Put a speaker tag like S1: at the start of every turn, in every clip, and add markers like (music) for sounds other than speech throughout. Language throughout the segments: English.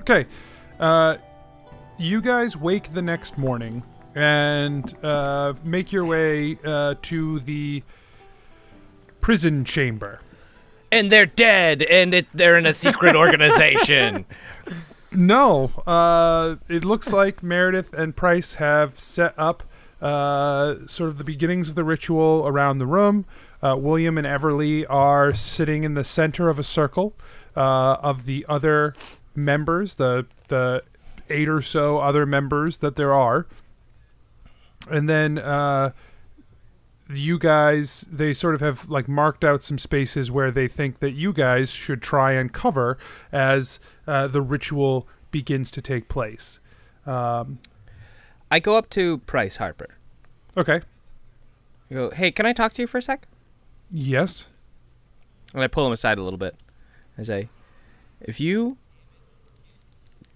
S1: Okay. Uh, you guys wake the next morning and uh, make your way uh, to the prison chamber.
S2: And they're dead, and it's they're in a (laughs) secret organization.
S1: No, uh, it looks like Meredith and Price have set up uh, sort of the beginnings of the ritual around the room. Uh, William and Everly are sitting in the center of a circle uh, of the other members, the the eight or so other members that there are, and then uh, you guys they sort of have like marked out some spaces where they think that you guys should try and cover as uh, the ritual begins to take place.
S2: I go up to Price Harper.
S1: Okay.
S2: I go, hey, can I talk to you for a sec?
S1: Yes.
S2: And I pull him aside a little bit. I say, if you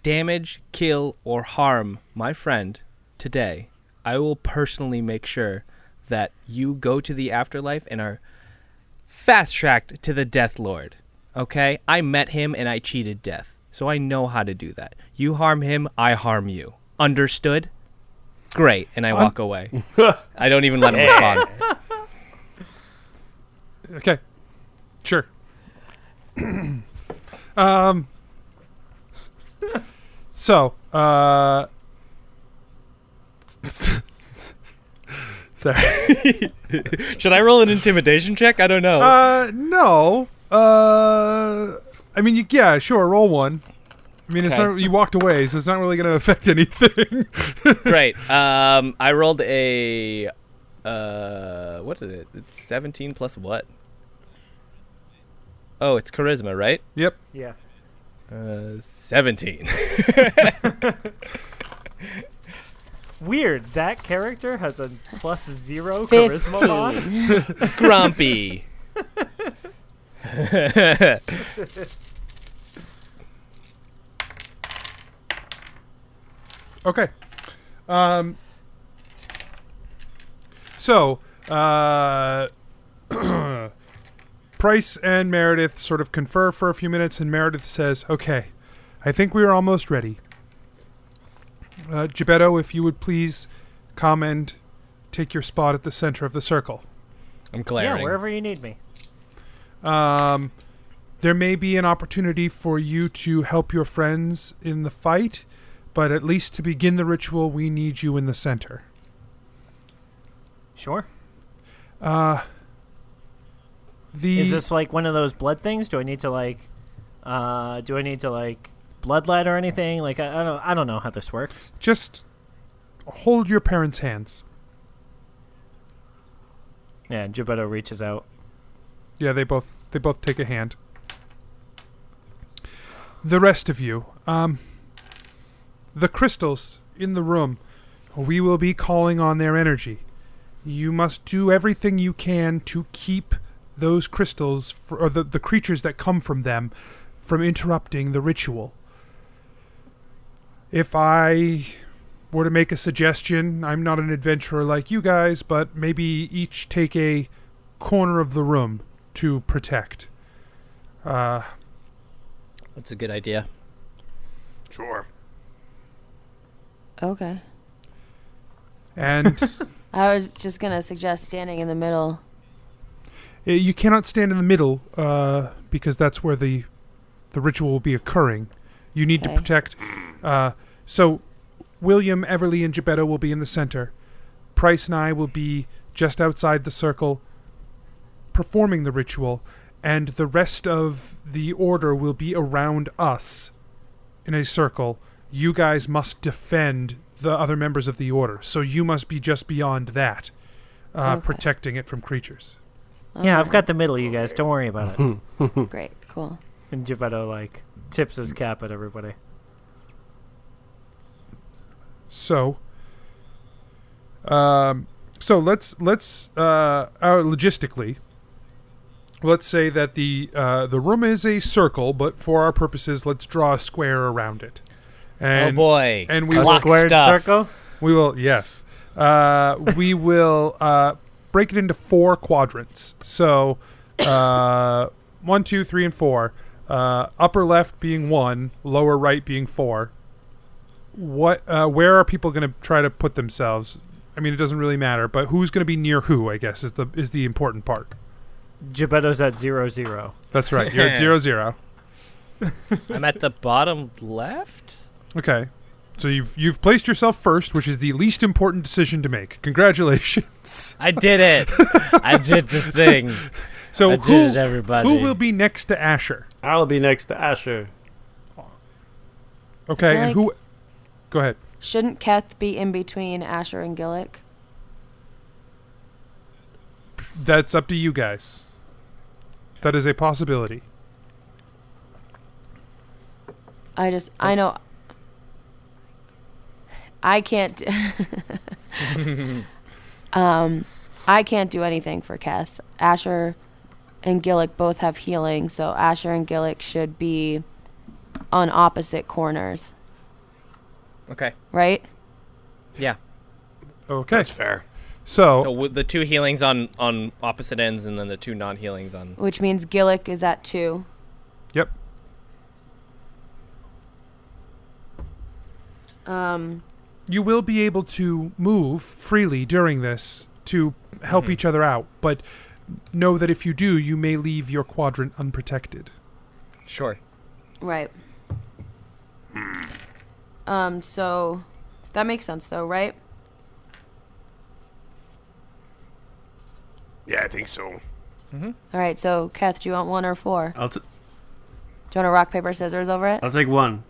S2: damage, kill, or harm my friend today, I will personally make sure that you go to the afterlife and are fast tracked to the Death Lord. Okay? I met him and I cheated death. So I know how to do that. You harm him, I harm you. Understood? Great. And I walk away. I don't even (laughs) let him respond.
S1: Okay. Sure. (clears throat) um so, uh (laughs) Sorry.
S2: Should I roll an intimidation check? I don't know.
S1: Uh no. Uh I mean, you, yeah, sure, roll one. I mean, it's
S2: Okay.
S1: not you walked away, so it's not really going to (laughs) affect anything. (laughs)
S2: Great. Um, I rolled a. Uh, what did it? It's 17 plus what? Oh, it's charisma, right?
S1: yep.
S3: Yeah.
S2: Uh, 17.
S3: Weird. That character has a plus zero charisma mod.
S4: Fifteen.
S2: (laughs) Grumpy. (laughs)
S1: Okay. Um, so, uh, (clears throat) Price and Meredith sort of confer for a few minutes, and Meredith says, Okay, I think we are almost ready. Uh, Gebetto, if you would please come and take your spot at the center of the circle.
S2: I'm
S3: Yeah,
S2: glaring.
S3: wherever you need me.
S1: Um, there may be an opportunity for you to help your friends in the fight, but at least to begin the ritual, we need you in the center.
S3: Sure.
S1: The
S3: Is this like one of those blood things? Do I need to like, uh, do I need to like bloodlet or anything? Like I, I don't I don't know how this works.
S1: just hold your parents' hands.
S3: Yeah, Gebetto reaches out.
S1: Yeah, they both they both take a hand. The rest of you, um, the crystals in the room, we will be calling on their energy. You must do everything you can to keep those crystals fr- or the, the creatures that come from them from interrupting the ritual. If I were to make a suggestion, I'm not an adventurer like you guys, but maybe each take a corner of the room to protect. Uh,
S2: That's a good idea.
S5: Sure.
S4: Okay.
S1: and
S4: I was just gonna suggest standing in the middle.
S1: uh, you cannot stand in the middle uh, because that's where the the ritual will be occurring. You need
S4: Okay.
S1: to protect. Uh, so William, Everly, and Gebetto will be in the center. Price and I will be just outside the circle, performing the ritual, and the rest of the order will be around us in a circle. You guys must defend the other members of the order, so you must be just beyond that, uh,
S4: Okay.
S1: protecting it from creatures.
S3: Yeah, I've got the middle, you guys. Don't worry about it.
S4: Great. Cool.
S3: and Gebetto like tips his cap at everybody.
S1: So, um, so let's let's uh, uh, logistically, let's say that the uh, the room is a circle, but for our purposes, let's draw a square around it. And,
S2: oh boy.
S1: And we
S2: A
S1: will,
S2: Block
S3: Squared
S2: stuff.
S3: circle.
S1: we will yes, uh, we will uh, break it into four quadrants. So, uh, one, two, three, and four. uh, upper left being one, lower right being four. What? Uh, where are people going to try to put themselves? I mean, it doesn't really matter, but who's going to be near who? I guess is the is the important part.
S3: Gebetto's at zero zero.
S1: That's right. You're at zero zero.
S2: I'm at the bottom left.
S1: Okay. So you've you've placed yourself first, which is the least important decision to make. Congratulations. (laughs)
S2: I did it. I did this thing.
S1: So
S2: I did
S1: who
S2: it, everybody.
S1: who will be next to Asher?
S6: I'll be next to Asher.
S1: Okay,
S4: feel
S1: and
S4: like-
S1: who? Go ahead.
S4: Shouldn't Keth be in between Asher and Gillick?
S1: That's up to you guys. That is a possibility.
S4: I just, I know. I can't. d- um, I can't do anything for Keth. Asher and Gillick both have healing, so Asher and Gillick should be on opposite corners,
S2: (laughs) Okay.
S4: right?
S2: Yeah.
S1: Okay.
S5: That's fair.
S2: So
S1: So
S2: with the two healings on on opposite ends, and then the two non healings on.
S4: Which means Gillick is at two.
S1: Yep.
S4: Um,
S1: you will be able to move freely during this to help each other out, but know that if you do, you may leave your quadrant unprotected.
S2: Sure.
S4: right. Um, so that makes sense though, right?
S5: Yeah, I think so.
S4: All right, so Kath, do you want one or four?
S6: I'll, t-
S4: Do you want a rock paper scissors over it?
S3: Uh.
S6: I'll take one.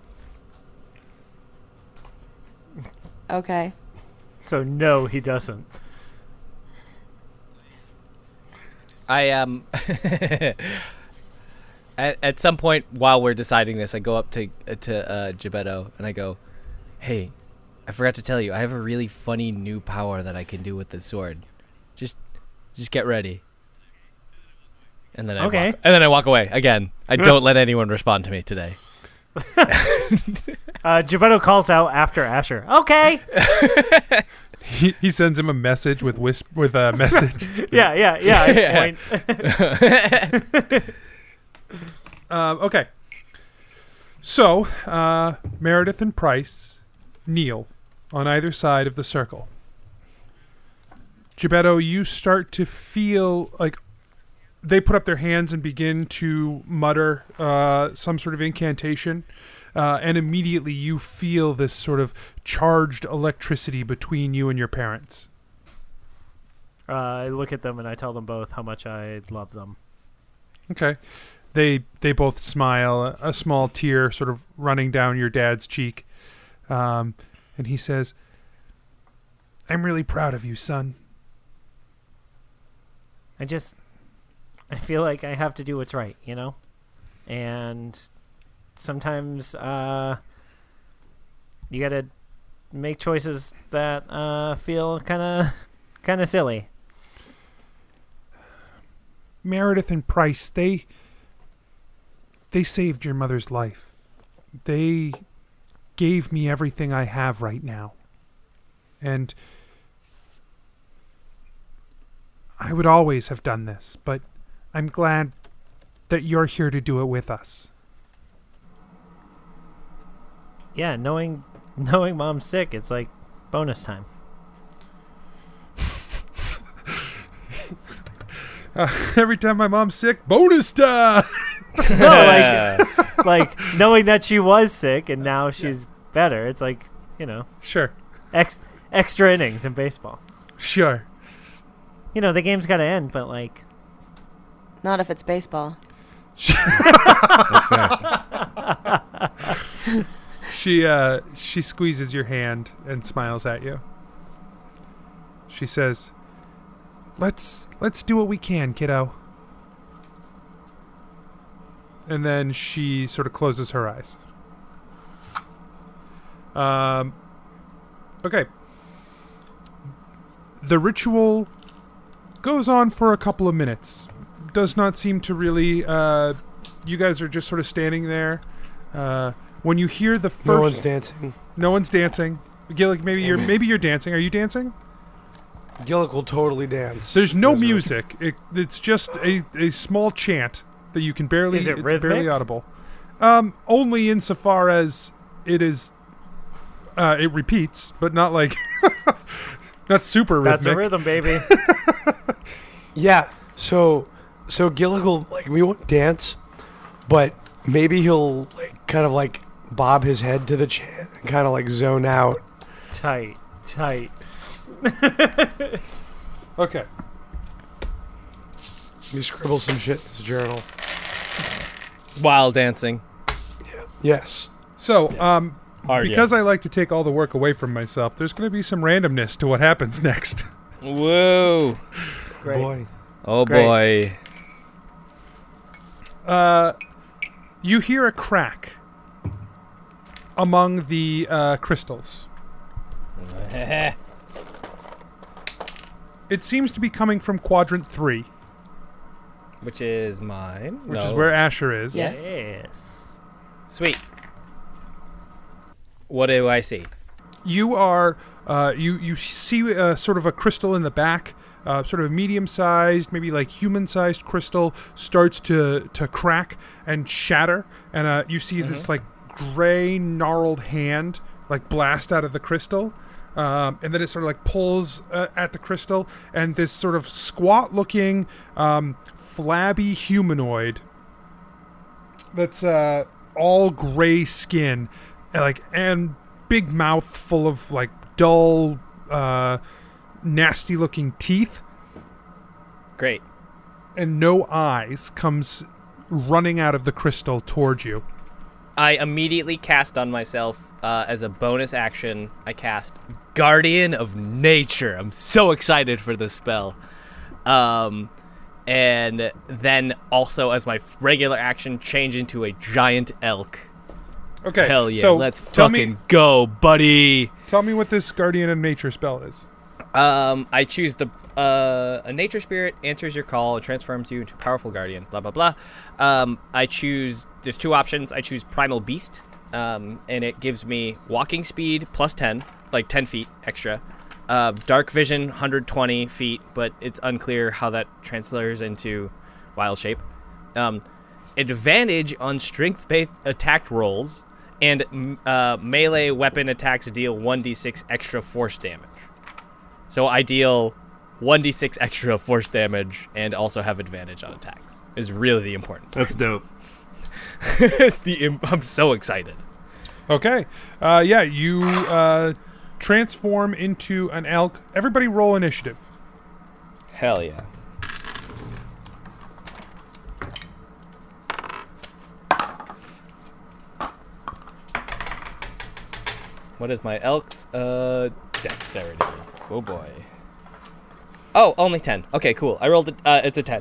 S4: Okay.
S3: So no, he doesn't.
S2: I um. (laughs) at, at some point while we're deciding this, I go up to uh, to uh, Gebetto and I go, "Hey, I forgot to tell you, I have a really funny new power that I can do with this sword. Just, just get ready." And then I
S3: Okay.
S2: walk, and then I walk away again. I don't let anyone respond to me today.
S3: Uh, Gebetto calls out after Asher. Okay.
S1: He, he sends him a message with wisp with (laughs) a message.
S3: yeah, yeah, yeah.
S2: Yeah.
S3: Point.
S1: Um, okay. So, uh, Meredith and Price kneel on either side of the circle. Gebetto, you start to feel like they put up their hands and begin to mutter uh, some sort of incantation. Uh, and immediately you feel this sort of charged electricity between you and your parents.
S3: Uh, I look at them and I tell them both how much I love them.
S1: Okay. They they both smile, a small tear sort of running down your dad's cheek, um, and he says, "I'm really proud of you, son."
S3: I just, I feel like I have to do what's right, you know, and sometimes uh, you gotta make choices that uh, feel kind of, kind of silly.
S1: Meredith and Price, they they saved your mother's life. They gave me everything I have right now. And I would always have done this, but I'm glad that you're here to do it with us.
S3: Yeah, knowing, (laughs) knowing mom's sick, it's like bonus time.
S1: Every time my mom's sick, bonus time.
S3: (laughs) No, like, like knowing that she was sick and now she's better. It's like you know,
S1: Sure,
S3: ex- extra innings in baseball.
S1: sure.
S3: You know, the game's gotta end, but like.
S4: Not if it's baseball.
S1: She uh, she squeezes your hand and smiles at you. She says, "Let's let's do what we can, kiddo." And then she sort of closes her eyes. Um. Okay. The ritual goes on for a couple of minutes. Does not seem to really. Uh, you guys are just sort of standing there. Uh, when you hear the first,
S5: No one's dancing.
S1: no one's dancing. Gillick, maybe you're maybe you're dancing. Are you dancing?
S5: Gillick will totally dance.
S1: There's no
S5: Doesn't-
S1: music. It, it's just a, a small chant that you can barely.
S3: Is it
S1: it's barely
S3: rhythmic?
S1: audible. Um, only insofar as it is, uh, it repeats, but not like, (laughs) not super rhythmic.
S3: That's a rhythm, (laughs) baby.
S5: Yeah. So, so Gillick will like we won't dance, but maybe he'll like kind of like bob his head to the chant and kind of like zone out.
S3: tight, tight.
S1: okay.
S5: He scribbles some shit in his journal.
S2: (laughs) While dancing.
S5: Yes.
S1: So, um,
S2: Are
S1: because I like to take all the work away from myself, there's going to be some randomness to what happens (laughs) next.
S2: Whoa.
S3: Great.
S5: Boy.
S2: Oh
S3: Great.
S2: boy.
S1: Uh, you hear a crack among the uh, crystals. It seems to be coming from quadrant three,
S2: Which is mine.
S1: which is
S2: No.
S1: where Asher is.
S4: Yes.
S3: Yes.
S2: Sweet. What do I see?
S1: you are uh, you you see uh, sort of a crystal in the back uh, sort of a medium-sized maybe like human-sized crystal starts to to crack and shatter and uh, you see this like gray gnarled hand like blast out of the crystal um, and then it sort of like pulls uh, at the crystal and this sort of squat looking um, flabby humanoid that's uh, all gray skin, and, like and big mouth full of like dull, uh, nasty-looking teeth,
S2: Great.
S1: and no eyes, comes running out of the crystal towards you.
S2: I immediately cast on myself uh, as a bonus action. I cast Guardian of Nature. I'm so excited for this spell. Um, and then also as my f- regular action, change into a giant elk.
S1: Okay,
S2: Hell yeah!
S1: So
S2: let's
S1: tell
S2: fucking
S1: me,
S2: go, buddy.
S1: tell me what this guardian of nature spell is.
S2: Um, I choose the uh, a nature spirit answers your call and transforms you into a powerful guardian. Blah blah blah. Um, I choose. There's two options. I choose primal beast, um, and it gives me walking speed plus ten, like ten feet extra. Uh, dark vision 120 feet, but it's unclear how that translates into wild shape. Um, advantage on strength-based attack rolls, and m- uh, melee weapon attacks deal 1d6 extra force damage. So I deal 1d6 extra (laughs) force damage and also have advantage on attacks. Is really the important.
S6: That's dope.
S2: (laughs) it's the im- I'm so excited.
S1: Okay, uh, yeah, you uh, transform into an elk. Everybody, roll initiative.
S2: Hell yeah. What is my elk's uh dexterity? Oh boy. Oh, only 10. Okay, cool. I rolled a, uh, it's a 10.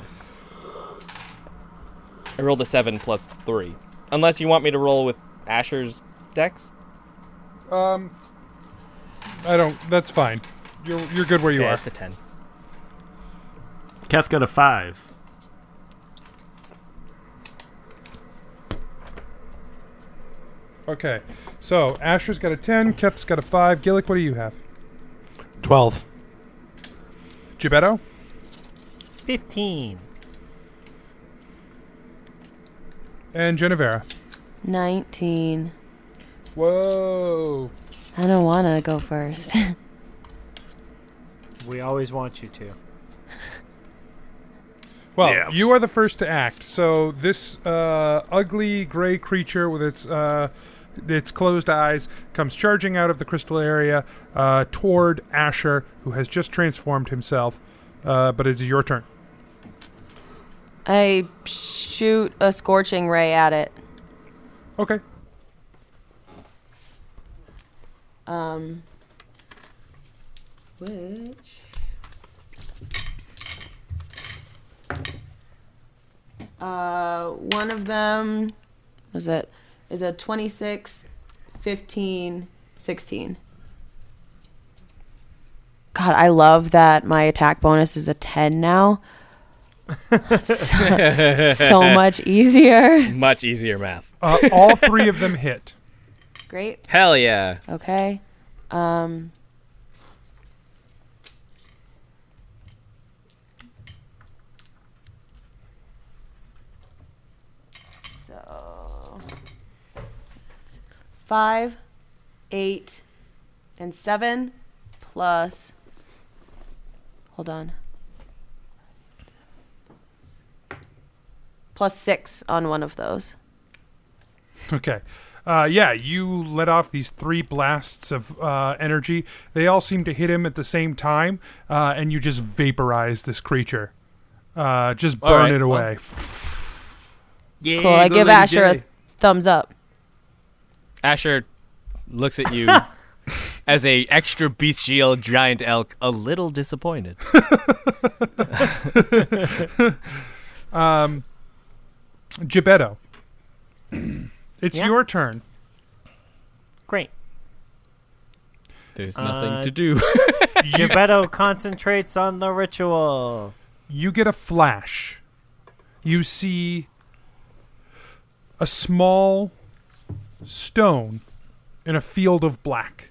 S2: I rolled a 7 plus 3. Unless you want me to roll with Asher's dex?
S1: Um, I don't. That's fine. You're you're good where you
S2: yeah,
S1: are.
S2: it's a 10.
S6: Keth got a five.
S1: Okay, so Asher's got a 10, Keth's got a 5. Gillick, what do you have?
S5: Twelve.
S1: Gibetto?
S3: Fifteen.
S1: And Genevera.
S4: 19.
S1: Whoa.
S4: I don't want to go first. (laughs)
S3: We always want you to.
S1: Well,
S6: Yeah.
S1: you are the first to act. So this uh, ugly gray creature with its uh, its closed eyes comes charging out of the crystal area uh, toward Asher, who has just transformed himself. Uh, but it is your turn.
S4: I shoot a scorching ray at it.
S1: Okay.
S4: Um, which uh, one of them what is it is a 26 15 16 god i love that my attack bonus is a 10 now (laughs) so, so much easier
S2: Much easier math.
S1: Uh, all three of them hit.
S4: great
S2: Hell yeah.
S4: Okay. Um, so five, eight, and seven plus. Hold on. Plus six on one of those.
S1: Okay. Uh, yeah, you let off these three blasts of uh, energy. They all seem to hit him at the same time, uh, and you just vaporize this creature. Uh, just burn
S2: All right,
S1: it
S2: well-
S1: away.
S6: Yeah,
S4: Cool. I
S6: go
S4: give
S6: Lady
S4: Asher a
S6: J.
S4: thumbs up.
S2: Asher looks at (laughs) you as a extra bestial giant elk, a little disappointed.
S1: Gebetto, (clears throat) it's
S3: Yeah.
S1: your turn.
S3: (laughs) Great.
S2: There's
S3: nothing
S2: nothing to
S3: Uh, to
S2: do. (laughs)
S3: Gebetto concentrates on the ritual.
S1: you get a flash. You see a small stone in a field of black.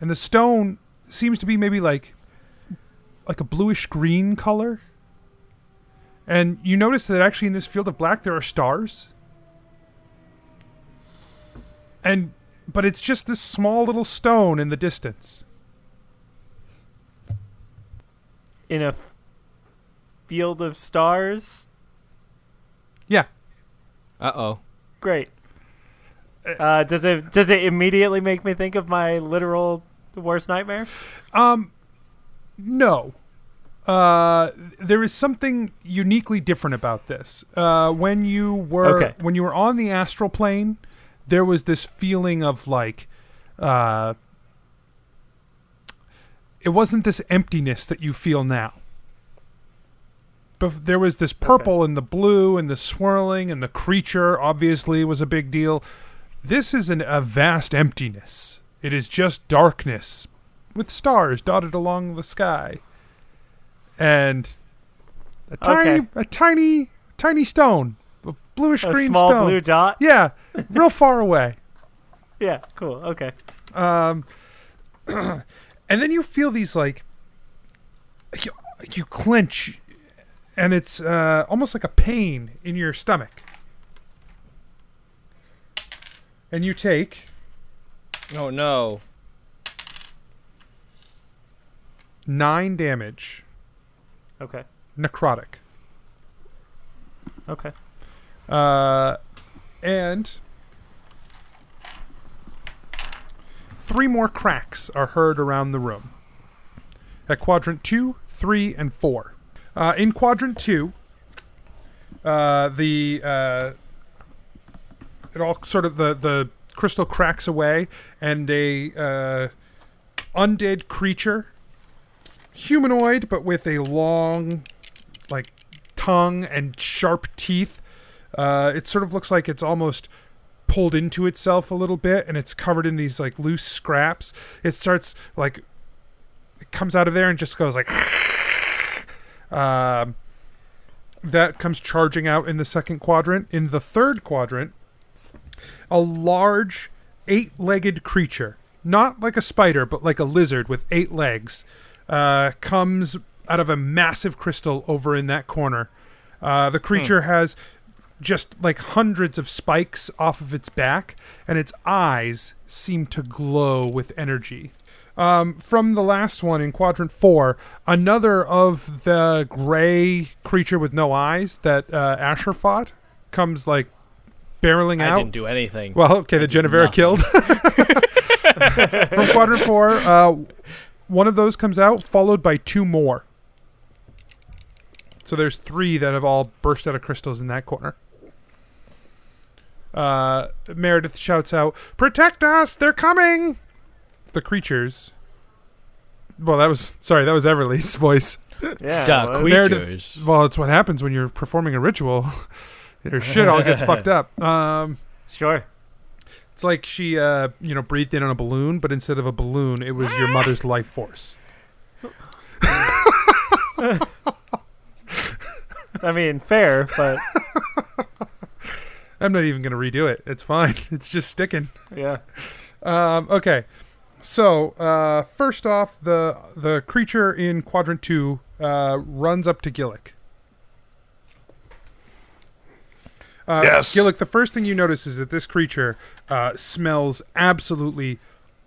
S1: And the stone seems to be maybe like like a bluish green color. And you notice that actually in this field of black there are stars. And but it's just this small little stone in the distance.
S3: in a f- field of stars.
S1: Yeah.
S2: uh oh.
S3: Great. Uh, does it does it immediately make me think of my literal worst nightmare?
S1: No. Uh, there is something uniquely different about this. Uh, when you were
S3: Okay.
S1: when you were on the astral plane, there was this feeling of like, uh, it wasn't this emptiness that you feel now. But there was this purple and the blue and the swirling and the creature obviously was a big deal. This is an, a vast emptiness. It is just darkness with stars dotted along the sky. And a tiny,
S3: Okay.
S1: a tiny, tiny stone, a bluish
S3: A
S1: green
S3: small
S1: stone.
S3: blue dot. (laughs)
S1: yeah, real far away.
S3: Yeah, cool. Okay.
S1: and then you feel these like you, you clench and it's uh, almost like a pain in your stomach and you take
S2: Oh no.
S1: nine damage
S3: Okay.
S1: necrotic
S3: Okay.
S1: uh, and three more cracks are heard around the room at quadrant two, three, and four. Uh, in quadrant two, uh, the uh, it all sort of the the crystal cracks away, and a uh, undead creature, humanoid but with a long, like tongue and sharp teeth. Uh, it sort of looks like it's almost pulled into itself a little bit, and it's covered in these like loose scraps. It starts like it comes out of there and just goes like. (laughs) um, that comes charging out in the second quadrant. In the third quadrant, a large eight legged creature, not like a spider, but like a lizard with eight legs, uh, comes out of a massive crystal over in that corner. Uh, the creature
S2: Hmm.
S1: has just like hundreds of spikes off of its back, and its eyes seem to glow with energy. Um, from the last one in quadrant four, another of the gray creature with no eyes that uh, Asher fought comes like barreling
S2: I
S1: out.
S2: didn't do anything.
S1: Well, okay, the Genevera
S2: nothing.
S1: killed. (laughs) From quadrant four, uh, one of those comes out, followed by two more. So there's three that have all burst out of crystals in that corner. Uh, Meredith shouts out, "Protect us! They're coming!" The creatures. Well, that was sorry. That was Everly's (laughs) voice.
S3: Yeah.
S2: Duh,
S3: well,
S2: creatures.
S1: Well, it's what happens when you're performing a ritual. (laughs) Your shit all gets fucked up. Um,
S3: Sure.
S1: it's like she, uh, you know, breathed in on a balloon, but instead of a balloon, it was your mother's life force.
S3: I mean, fair, but
S1: I'm not even going to redo it. It's fine. (laughs) It's just sticking.
S3: yeah.
S1: Um, okay. So uh, first off, the the creature in quadrant two uh, runs up to Gillick. Uh,
S5: Yes.
S1: Uh, Gillick. The first thing you notice is that this creature uh, smells absolutely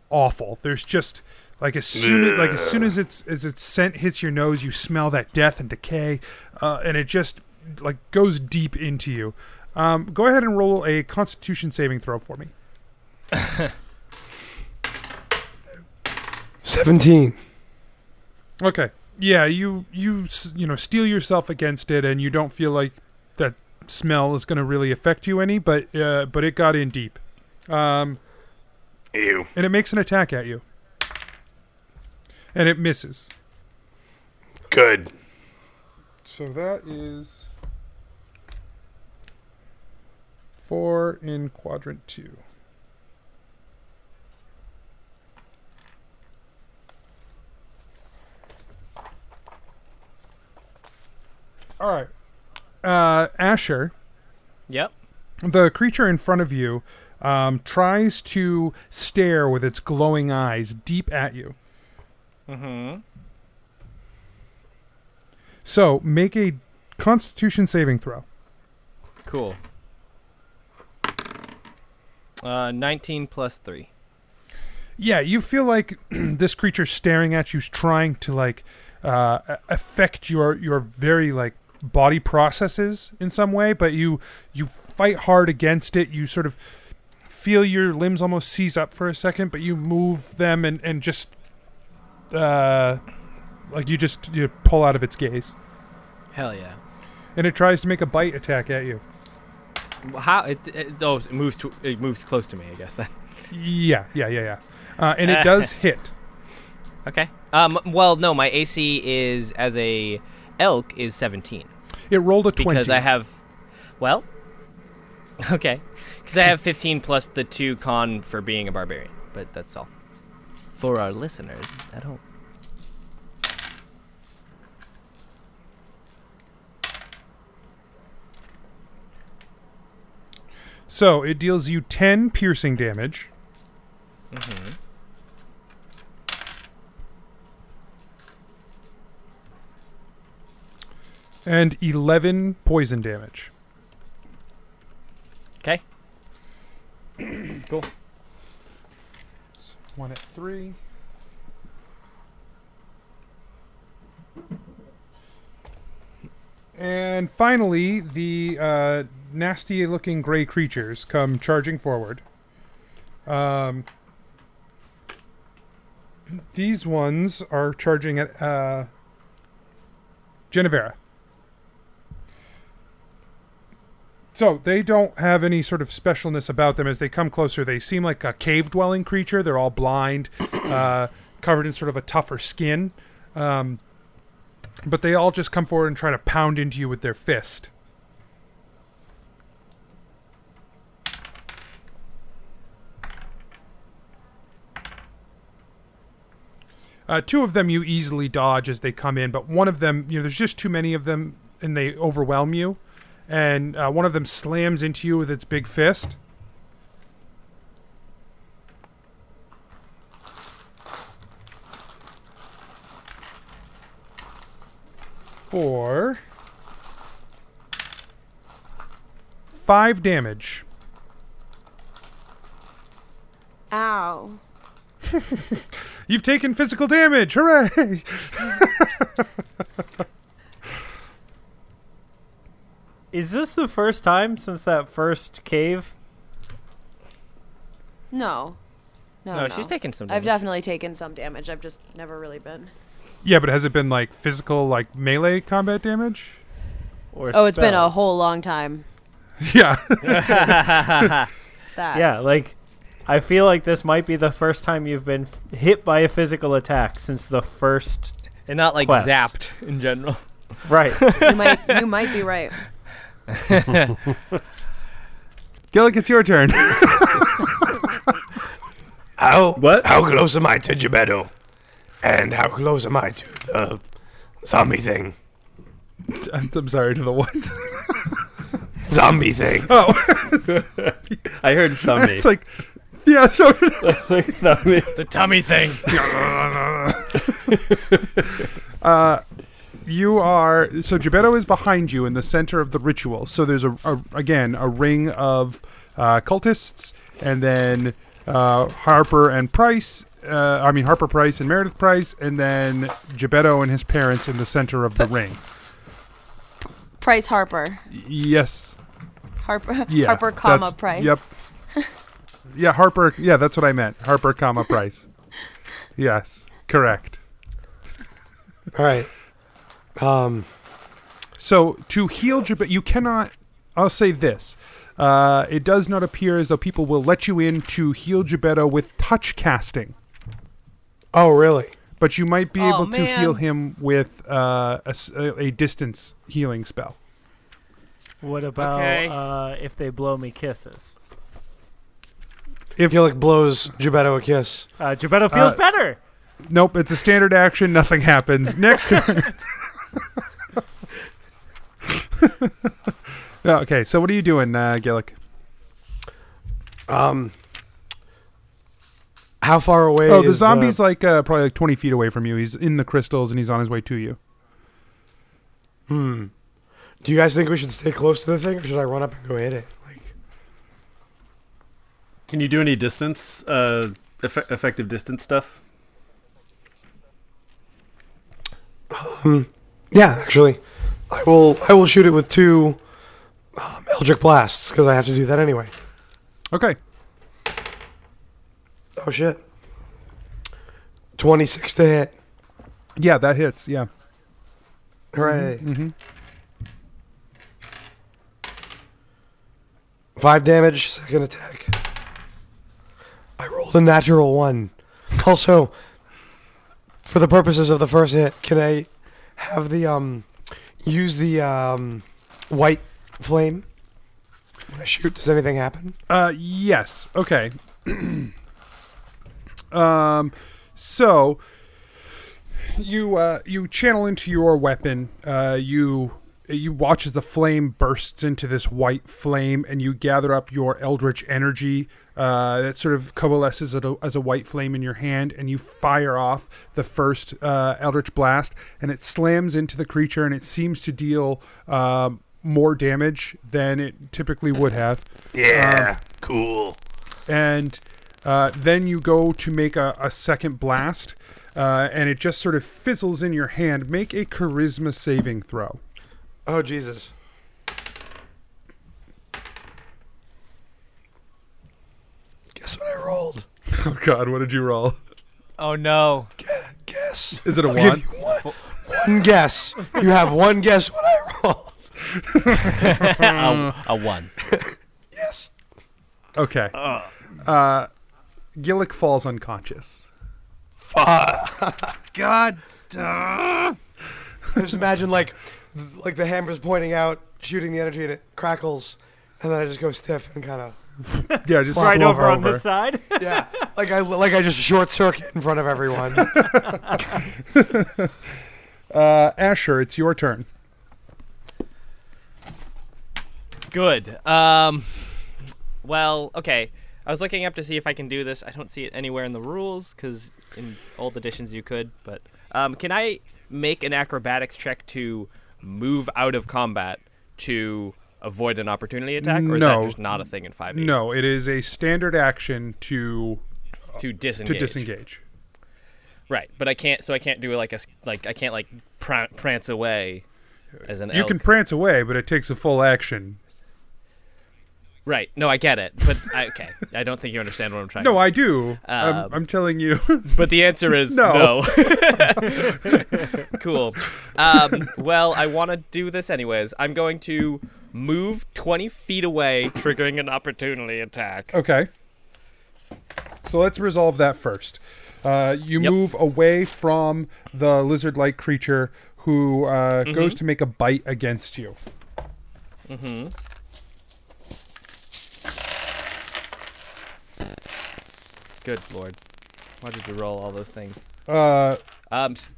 S1: awful. There's just like as soon like as soon as its as its scent hits your nose, you smell that death and decay, uh, and it just like goes deep into you. Um, go ahead and roll a Constitution saving throw for me.
S5: 17.
S1: Okay. Yeah, you you s- you know steel yourself against it, and you don't feel like that smell is going to really affect you any, but uh, but it got in deep. Um,
S7: Ew.
S1: and it makes an attack at you, and it misses.
S7: Good.
S1: So that is four in quadrant two. All right. Uh, Asher,
S2: Yep.
S1: the creature in front of you um, tries to stare with its glowing eyes deep at you.
S2: Mm-hmm.
S1: So make a constitution saving throw.
S2: Cool. Uh, 19 plus 3.
S1: Yeah, you feel like (clears throat) this creature staring at you is trying to like uh, a- affect your your very like body processes in some way, but you you fight hard against it. You sort of feel your limbs almost seize up for a second, but you move them and and just uh, like you just you pull out of its gaze,
S2: Hell yeah.
S1: and it tries to make a bite attack at you.
S2: How it, it oh it moves to it moves close to me I guess then. (laughs)
S1: Yeah, yeah, yeah, yeah, uh, and it does hit.
S2: Okay. Um. Well, no, my AC is as a elk is 17
S1: It rolled a twenty.
S2: because I have, well, (laughs) okay, because I (laughs) have 15 plus the two con for being a barbarian. But that's all. For our listeners at home.
S1: So it deals you 10 piercing damage. Mm-hmm. And 11 poison damage. (clears throat)
S2: Okay. cool.
S1: One at three. And finally, the uh, nasty looking gray creatures come charging forward. Um, these ones are charging at uh, Genevera. So they don't have any sort of specialness about them. As they come closer, they seem like a cave-dwelling creature. They're all blind, uh, covered in sort of a tougher skin, um, but they all just come forward and try to pound into you with their fist. Uh, two of them you easily dodge as they come in, but one of them, you know, there's just too many of them, and they overwhelm you. And uh, one of them slams into you with its big fist. For five damage.
S4: Ow.
S1: You've taken physical damage. Hooray! (laughs)
S3: Is this the first time since that first cave?
S4: No. No.
S2: No,
S4: Oh, no.
S2: she's taking some. Damage.
S4: I've definitely taken some damage. I've just never really been.
S1: Yeah, but has it been like physical, like melee combat damage? (laughs)
S3: Or
S4: Oh, it's been a
S3: spells?
S4: whole long time.
S1: Yeah.
S4: That.
S3: Yeah, like I feel like this might be the first time you've been f- hit by a physical attack since the
S8: (laughs)
S3: first.
S2: and not like
S3: Quest.
S2: zapped in general.
S3: Right.
S4: You might, you might be right.
S1: Gillick, it's your turn.
S5: How,
S3: What?
S5: How close am I to Gebetto? And how close am I to the zombie thing?
S1: (laughs) I'm, I'm sorry to the (laughs) one.
S5: Zombie
S1: (laughs)
S5: thing.
S8: I heard thummy.
S1: Oh, It's like, yeah, (laughs) sure.
S8: thummy.
S2: The tummy thing.
S1: You are so Gebetto is behind you in the center of the ritual. So there's a, a again a ring of uh, cultists and then uh, Harper and Price. Uh, I mean Harper Price and Meredith Price, and then Gebetto and his parents in the center of the ring.
S4: Price Harper.
S1: Yes.
S4: Harper.
S1: (laughs) Yeah.
S4: Harper, comma
S1: that's-
S4: Price. (laughs)
S1: Yep. yeah, Harper. Yeah, that's what I meant. Harper, comma
S4: (laughs)
S1: Price. yes, correct.
S5: All right. Um,
S1: So to heal Gebetto, you cannot. I'll say this. Uh, it does not appear as though people will let you in to heal Gebetto with touch casting,
S5: oh, really?
S1: but you might be
S2: Oh,
S1: able to heal
S2: man.
S1: him with uh, a, s- a- a distance healing spell.
S3: (laughs) What about
S2: Okay.
S3: uh, if they blow me kisses?
S5: If Gillick blows Gebetto a kiss.
S3: Uh, Gebetto feels
S1: Uh,
S3: better.
S1: Nope, it's a standard action. Nothing happens.
S2: (laughs)
S1: Next turn. (laughs) No, Oh, okay, so what are you doing, uh, Gillick?
S5: Um, how far away?
S1: Oh,
S5: is
S1: the zombie's like uh, probably like twenty feet away from you. He's in the crystals and he's on his way to you.
S5: Hmm. Do you guys think we should stay close to the thing, or should I run up and go hit it? Like,
S8: Can you do any distance, uh, eff- effective distance stuff?
S5: yeah, actually, I will. I will shoot it with two um, Eldritch blasts because I have to do that anyway.
S1: Okay,
S5: Oh shit. Twenty six to hit.
S1: yeah, that hits. Yeah,
S5: Hooray!
S1: hmm
S5: Five damage. Second attack. I rolled a natural one. Also, for the purposes of the first hit, can I have the um use the um white flame when I shoot? Does anything happen?
S1: Uh, yes. Okay. (clears throat) um, so you uh, you channel into your weapon. Uh, you you watch as the flame bursts into this white flame, and you gather up your eldritch energy. Uh, that sort of coalesces at a- as a white flame in your hand, and you fire off the first uh, eldritch blast, and it slams into the creature, and it seems to deal um, more damage than it typically would have
S7: Yeah. cool.
S1: and uh, then you go to make a, a second blast, uh, and it just sort of fizzles in your hand. Make a charisma saving throw.
S5: Oh Jesus! Guess what I rolled?
S1: Oh God, what did you roll?
S2: (laughs) Oh no.
S5: Guess.
S1: Is it a
S5: I'll
S1: one?
S5: give you one, one guess. You have one guess what I rolled.
S2: a, a one.
S5: Yes.
S1: Okay. Uh, Gillick falls unconscious.
S3: (laughs)
S7: God.
S5: I just imagine like, th- like the hammer's pointing out, shooting the energy, and it crackles, and then I just go stiff and kind of
S1: Yeah, just flop
S3: Right
S5: Right Flop
S3: over on this side. (laughs)
S5: yeah, like I like I just short circuit in front
S1: (laughs)
S5: of everyone.
S1: Oh, Uh, Asher, it's your turn.
S2: Good. Um, well, okay. I was looking up to see if I can do this. I don't see it anywhere in the rules because in old editions you could. But um, can I make an acrobatics check to move out of combat to avoid an opportunity attack, or is
S1: No.
S2: that just not a thing in five E?
S1: No, it is a standard action to
S2: to disengage.
S1: to disengage.
S2: Right, but I can't. So I can't do like a s- like I can't like pr- prance away as an.
S1: You can
S2: elk.
S1: prance away, but it takes a full action.
S2: Right. No, I get it. But I, okay, I don't think you understand what I'm trying.
S1: No,
S2: to
S1: I do.
S3: Uh,
S2: Um,
S1: I'm, I'm telling you. (laughs)
S2: But the answer is
S1: No.
S2: no.
S1: (laughs)
S2: (laughs) cool. Um, well, I want to do this anyways. I'm going to move 20 feet away, triggering an opportunity attack.
S1: Okay. So let's resolve that first. Uh, you
S2: Yep.
S1: move away from the lizard like creature who uh, goes to make a bite against you. (laughs)
S2: Good lord. Why did you roll all those things?
S1: Uh,
S2: Um, s-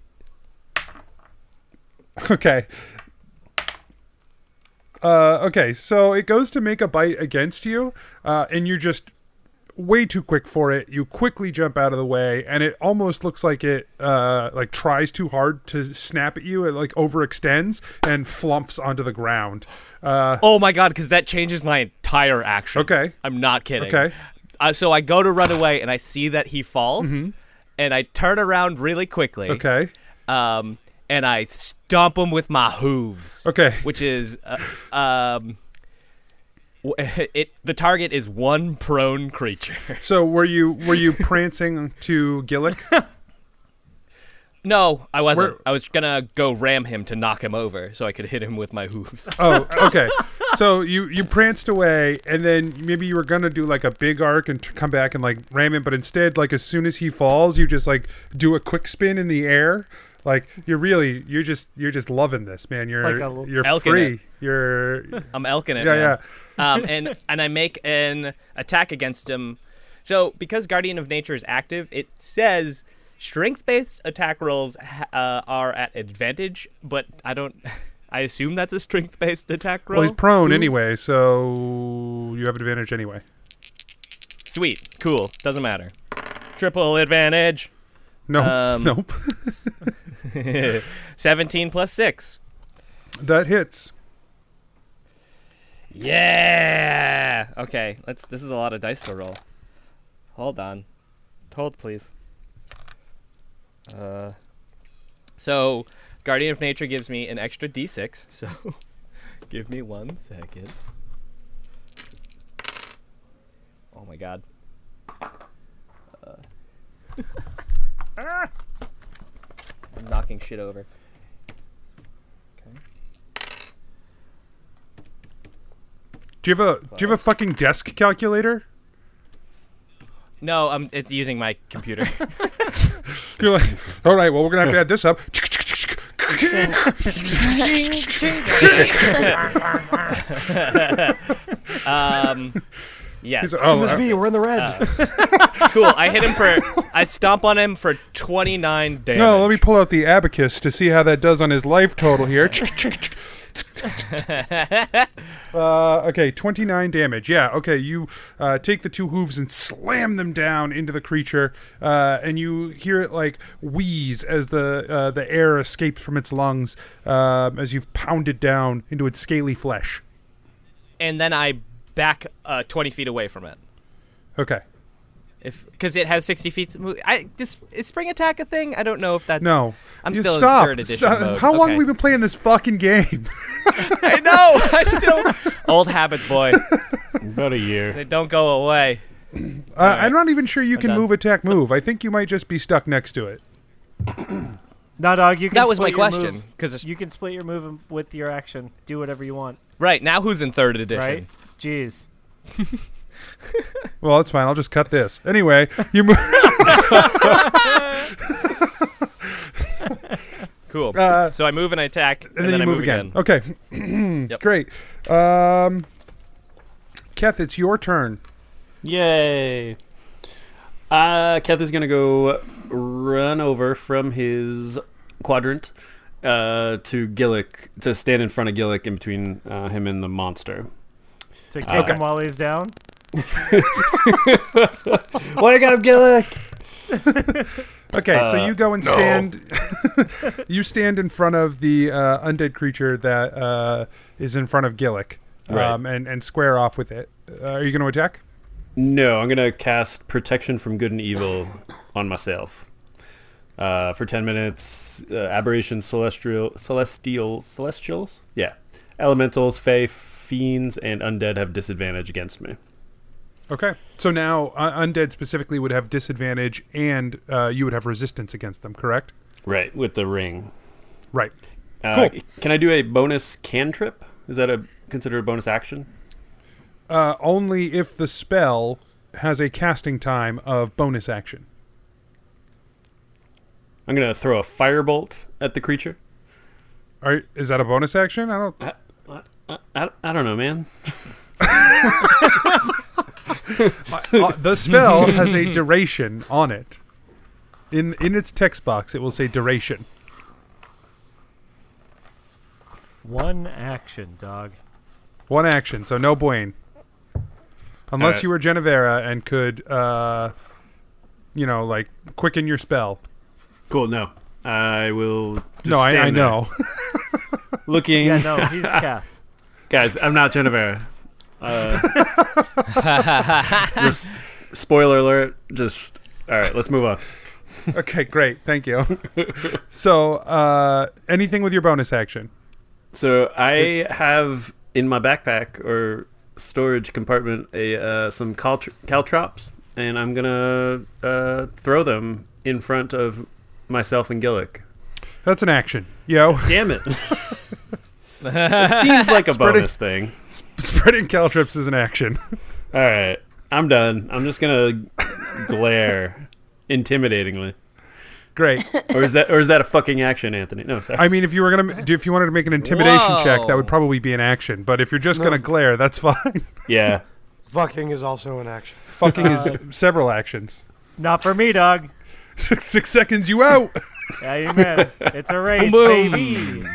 S1: okay. Uh, okay, so it goes to make a bite against you, uh, and you're just way too quick for it. You quickly jump out of the way, and it almost looks like it uh, like tries too hard to snap at you. It like overextends and flumps onto the ground. Uh,
S2: oh my god, because that changes my entire action.
S1: Okay.
S2: I'm not kidding.
S1: Okay.
S2: Uh, so I go to run away, and I see that he falls,
S1: Mhm.
S2: and I turn around really quickly.
S1: Okay.
S2: Um, and I stomp him with my hooves.
S1: Okay.
S2: Which is, uh, um, w- (laughs) it. The target is one prone creature. (laughs)
S1: So were you were you prancing to Gillick?
S2: No, I wasn't.
S1: Where-
S2: I was gonna go ram him to knock him over, so I could hit him with my hooves. (laughs)
S1: Oh, okay. So you you pranced away, and then maybe you were gonna do like a big arc and t- come back and like ram him, but instead, like as soon as he falls, you just like do a quick spin in the air. Like you're really you're just you're just loving this, man. You're
S3: Like a little-
S1: you're
S2: Elking
S1: free.
S2: it.
S1: You're
S2: I'm elking it.
S1: Yeah,
S2: man.
S1: (laughs)
S2: Um, and and I make an attack against him. So because Guardian of Nature is active, it says strength-based attack rolls ha- uh, are at advantage, but I don't. (laughs) I assume that's a strength-based attack roll.
S1: well, he's prone
S2: Oops.
S1: anyway, so you have an advantage anyway.
S2: Sweet, cool, doesn't matter. Triple advantage.
S1: No, (laughs)
S2: Um,
S1: nope.
S2: (laughs) Seventeen plus six.
S1: That hits.
S2: Yeah. Okay. Let's. This is a lot of dice to roll. Hold on. Hold please. Uh. So, Guardian of Nature gives me an extra D6. (laughs) So, give me one second. Oh my God. Uh. (laughs) I'm knocking shit over.
S1: Do you have a do you have a fucking desk calculator?
S2: No, I'm. It's using my computer.
S1: You're like, (laughs) all right, well, we're gonna have to add this up. (laughs)
S2: um. Yes.
S1: He's like, oh,
S5: It was
S1: uh,
S5: me. We're in the red.
S2: cool. I hit him for. I stomp on him for 29 damage.
S1: No, let me pull out the abacus to see how that does on his life total here. uh, okay, 29 damage. Yeah, okay, you uh, take the two hooves and slam them down into the creature, uh, and you hear it like wheeze as the uh, the air escapes from its lungs um, as you've pounded down into its scaly flesh.
S2: And then I back uh, 20 feet away from it.
S1: Okay.
S2: If because it has 60 feet. mo- I this is spring attack a thing. I don't know if that's.
S1: No.
S2: I'm
S1: You
S2: still
S1: stop.
S2: in third edition
S1: Stop.
S2: mode.
S1: How long
S2: Okay.
S1: have we been playing this fucking game?
S2: (laughs) I
S1: (laughs)
S2: know. I still old habits, boy.
S9: About a year.
S2: They don't go away.
S1: Uh, I'm not even sure you can
S2: done.
S1: move attack move. I think you might just be stuck next to it.
S3: No, dog. You can
S2: That was my
S3: split your
S2: question.
S3: move.
S2: Because
S3: You can split your move and- with your action. Do whatever you want.
S2: right now, who's in third edition?
S3: Right? Jeez.
S1: Well, that's fine. I'll just cut this. Anyway, you move.
S2: Cool.
S1: Uh,
S2: so I move and I attack, and,
S1: and, (laughs) then, you
S2: I
S1: move, again. Okay. (clears throat) Great. Um, Keth, it's your turn.
S8: Yay. Uh, Keth is going to go run over from his quadrant uh, to Gillick, to stand in front of Gillick in between uh, him and the monster.
S3: To kick
S8: Uh, Okay.
S3: him while he's down.
S8: Wake up, Gillick!
S1: Okay, so
S8: Uh,
S1: you go and stand. you stand (laughs) in front of the uh, undead creature that uh, is in front of Gillick, um,
S8: Right.
S1: and and square off with it. Uh, are you going to attack?
S8: No, I'm going to cast Protection from Good and Evil (coughs) on myself. Uh, for 10 minutes, uh, aberration celestial celestial celestials yeah elementals fae fiends and undead have disadvantage against me
S1: Okay. So now uh, undead specifically would have disadvantage, and uh, you would have resistance against them. Correct.
S8: right with the ring
S1: Right.
S8: Uh,
S1: Cool.
S8: Can I do a bonus cantrip? Is that a considered a bonus action?
S1: Uh, only if the spell has a casting time of bonus action.
S8: I'm gonna throw a firebolt at the creature.
S1: Are, is that a bonus action? I don't.
S8: I, I, I don't know, man.
S1: Uh, the spell has a duration on it. In in its text box, it will say duration.
S3: One action, dog.
S1: One action, so no Blaine. Unless
S8: Alright.
S1: you were Genevera and could, uh, you know, like quicken your spell.
S8: Cool. No, I will. Just
S1: no, I, I
S8: stand there
S1: know.
S8: Looking,
S3: Yeah, no,
S8: (laughs)
S3: he's cat.
S8: guys, I'm not Genevera. Uh, res- Spoiler alert. Just all right. Let's move on.
S1: okay, great. Thank you. (laughs) so, uh, anything with your bonus action?
S8: So I have in my backpack or storage compartment a uh, some caltr- caltrops, and I'm gonna uh, throw them in front of myself and Gillick.
S1: That's an action. Yo, (laughs)
S8: Damn it! it seems like a bonus thing.
S1: sp- spreading caltrips is an action. (laughs)
S8: All right, I'm done. I'm just gonna glare intimidatingly.
S1: Great.
S8: Or is that or is that a fucking action, Anthony? No, sorry.
S1: I mean, if you were gonna, do if you wanted to make an intimidation check, that would probably be an action. But if you're just
S5: No.
S1: gonna glare, that's (laughs) fine.
S8: yeah.
S5: Fucking is also an action.
S1: Fucking is several actions.
S3: Not for me, dog.
S1: Six, six seconds, you out. (laughs)
S3: Amen. It's a race,
S2: Boom.
S3: baby.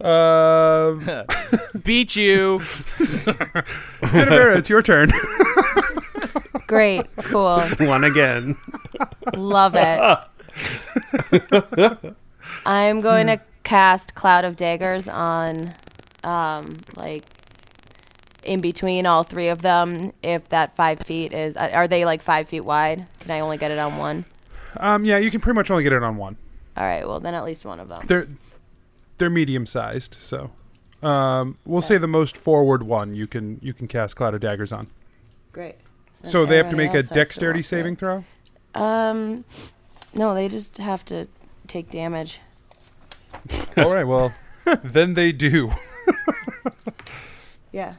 S1: Um,
S2: (laughs) Beat you.
S1: Canavera, it's your turn. (laughs)
S4: Great. Cool.
S8: (laughs) One again.
S4: Love
S1: (laughs)
S4: it. I'm going to cast Cloud of Daggers on, um, like, in between all three of them. If that five feet is, uh, are they like five feet wide? Can I only get it on one?
S1: Um, yeah, you can pretty much only get it on one.
S4: All right. Well, then at least one of them.
S1: They're they're medium sized, so um, we'll say the most forward one you can you can cast cloud of daggers on.
S4: Great.
S1: So they have to
S4: everybody
S1: make a
S4: else has to
S1: dexterity
S4: walk
S1: saving throw.
S4: it. Um, no, they just have to take damage.
S1: (laughs) All right, (laughs) well then they do. (laughs)
S4: Yeah.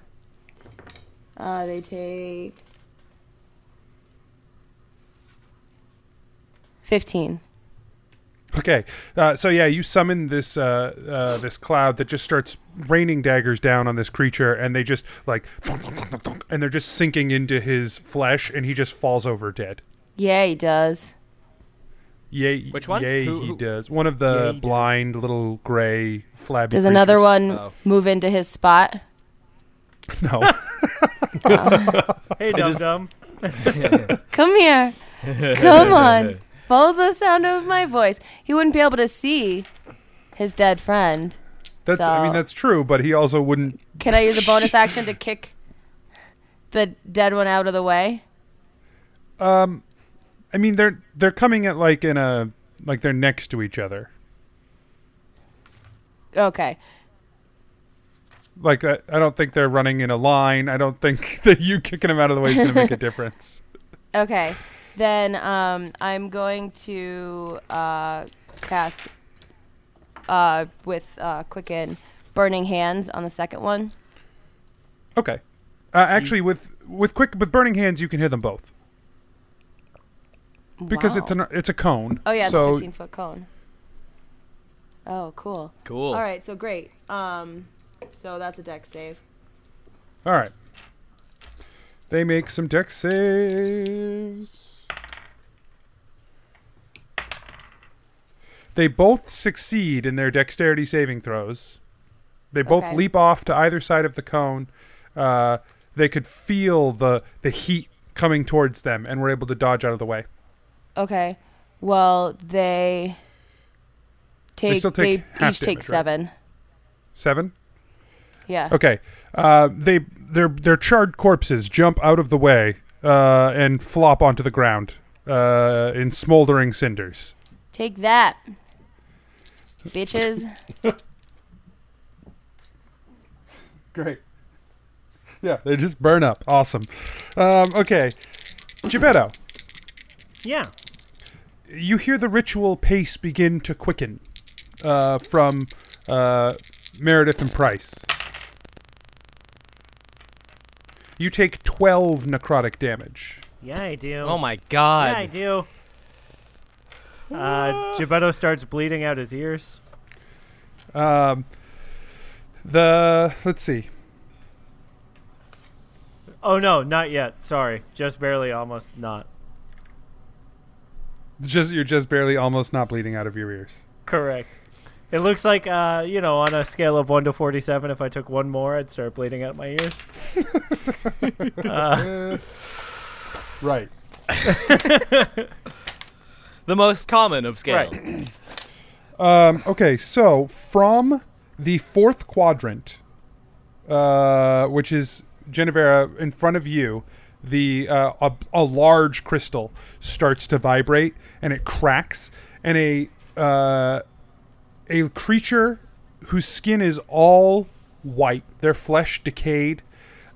S4: Uh, they take fifteen.
S1: Okay, uh, so yeah, you summon this uh, uh, this cloud that just starts raining daggers down on this creature, and they just like and they're just sinking into his flesh, and he just falls over dead.
S4: Yeah, he does.
S1: Yay!
S2: Which one?
S1: Yay,
S2: Who-
S1: he
S2: who-
S1: does. One of
S3: Yay,
S1: the
S3: he does.
S1: blind little gray flabby.
S4: Does another
S1: creatures.
S4: one
S2: Oh.
S4: move into his spot?
S1: (laughs) No.
S3: Hey, dum dum.
S4: Come here. Come on. Follow the sound of my voice. He wouldn't be able to see his dead friend.
S1: That's I mean
S4: So-
S1: that's true, but he also wouldn't.
S4: Can I use a bonus action to kick the dead one out of the way?
S1: I mean they're they're coming at like in a like they're next to each other.
S4: Okay.
S1: Like I, I don't think they're running in a line. I don't think (laughs) that you kicking him out of the way is going to make
S4: (laughs)
S1: a difference.
S4: Okay. Then um, I'm going to uh, cast uh, with uh, Quicken Burning Hands on the second one.
S1: Okay. Uh, actually, with with quick with burning hands, you can hit them both because it's
S4: Wow.
S1: an it's a cone.
S4: Oh, yeah, it's a
S1: so
S4: 15 foot cone. Oh, cool.
S2: Cool.
S4: All right, so great. Um, so that's a deck save.
S1: all right. They make some deck saves. They both succeed in their dexterity saving throws. They both
S4: Okay.
S1: leap off to either side of the cone. Uh, they could feel the the heat coming towards them and were able to dodge out of the way.
S4: Okay. Well, they take. They,
S1: still take half
S4: each take
S1: damage, right?
S4: seven.
S1: Seven.
S4: Yeah.
S1: Okay. Uh, they their their charred corpses jump out of the way uh, and flop onto the ground uh, in smoldering cinders.
S4: Take that, bitches.
S1: Great. Yeah, they just burn up. Awesome. Um, okay, Geppetto,
S3: Yeah.
S1: you hear the ritual pace begin to quicken uh, from uh, Meredith and Price. You take twelve necrotic damage.
S3: Yeah, I do.
S2: Oh my
S3: Yeah, I
S2: god.
S3: do. Uh, Gebetto starts bleeding out his ears.
S1: Um, the let's see.
S3: Oh no, not yet. Sorry, just barely, almost not.
S1: Just you're just barely almost not bleeding out of your ears.
S3: Correct. It looks like, uh, you know, on a scale of 1 to 47, if I took one more, I'd start bleeding out my ears. uh,
S1: Right.
S2: The most common of scale.
S3: right.
S1: Um, okay, so from the fourth quadrant, uh, which is Genevera, in front of you, the uh, a, a large crystal starts to vibrate and it cracks, and a uh, a creature whose skin is all white, their flesh decayed,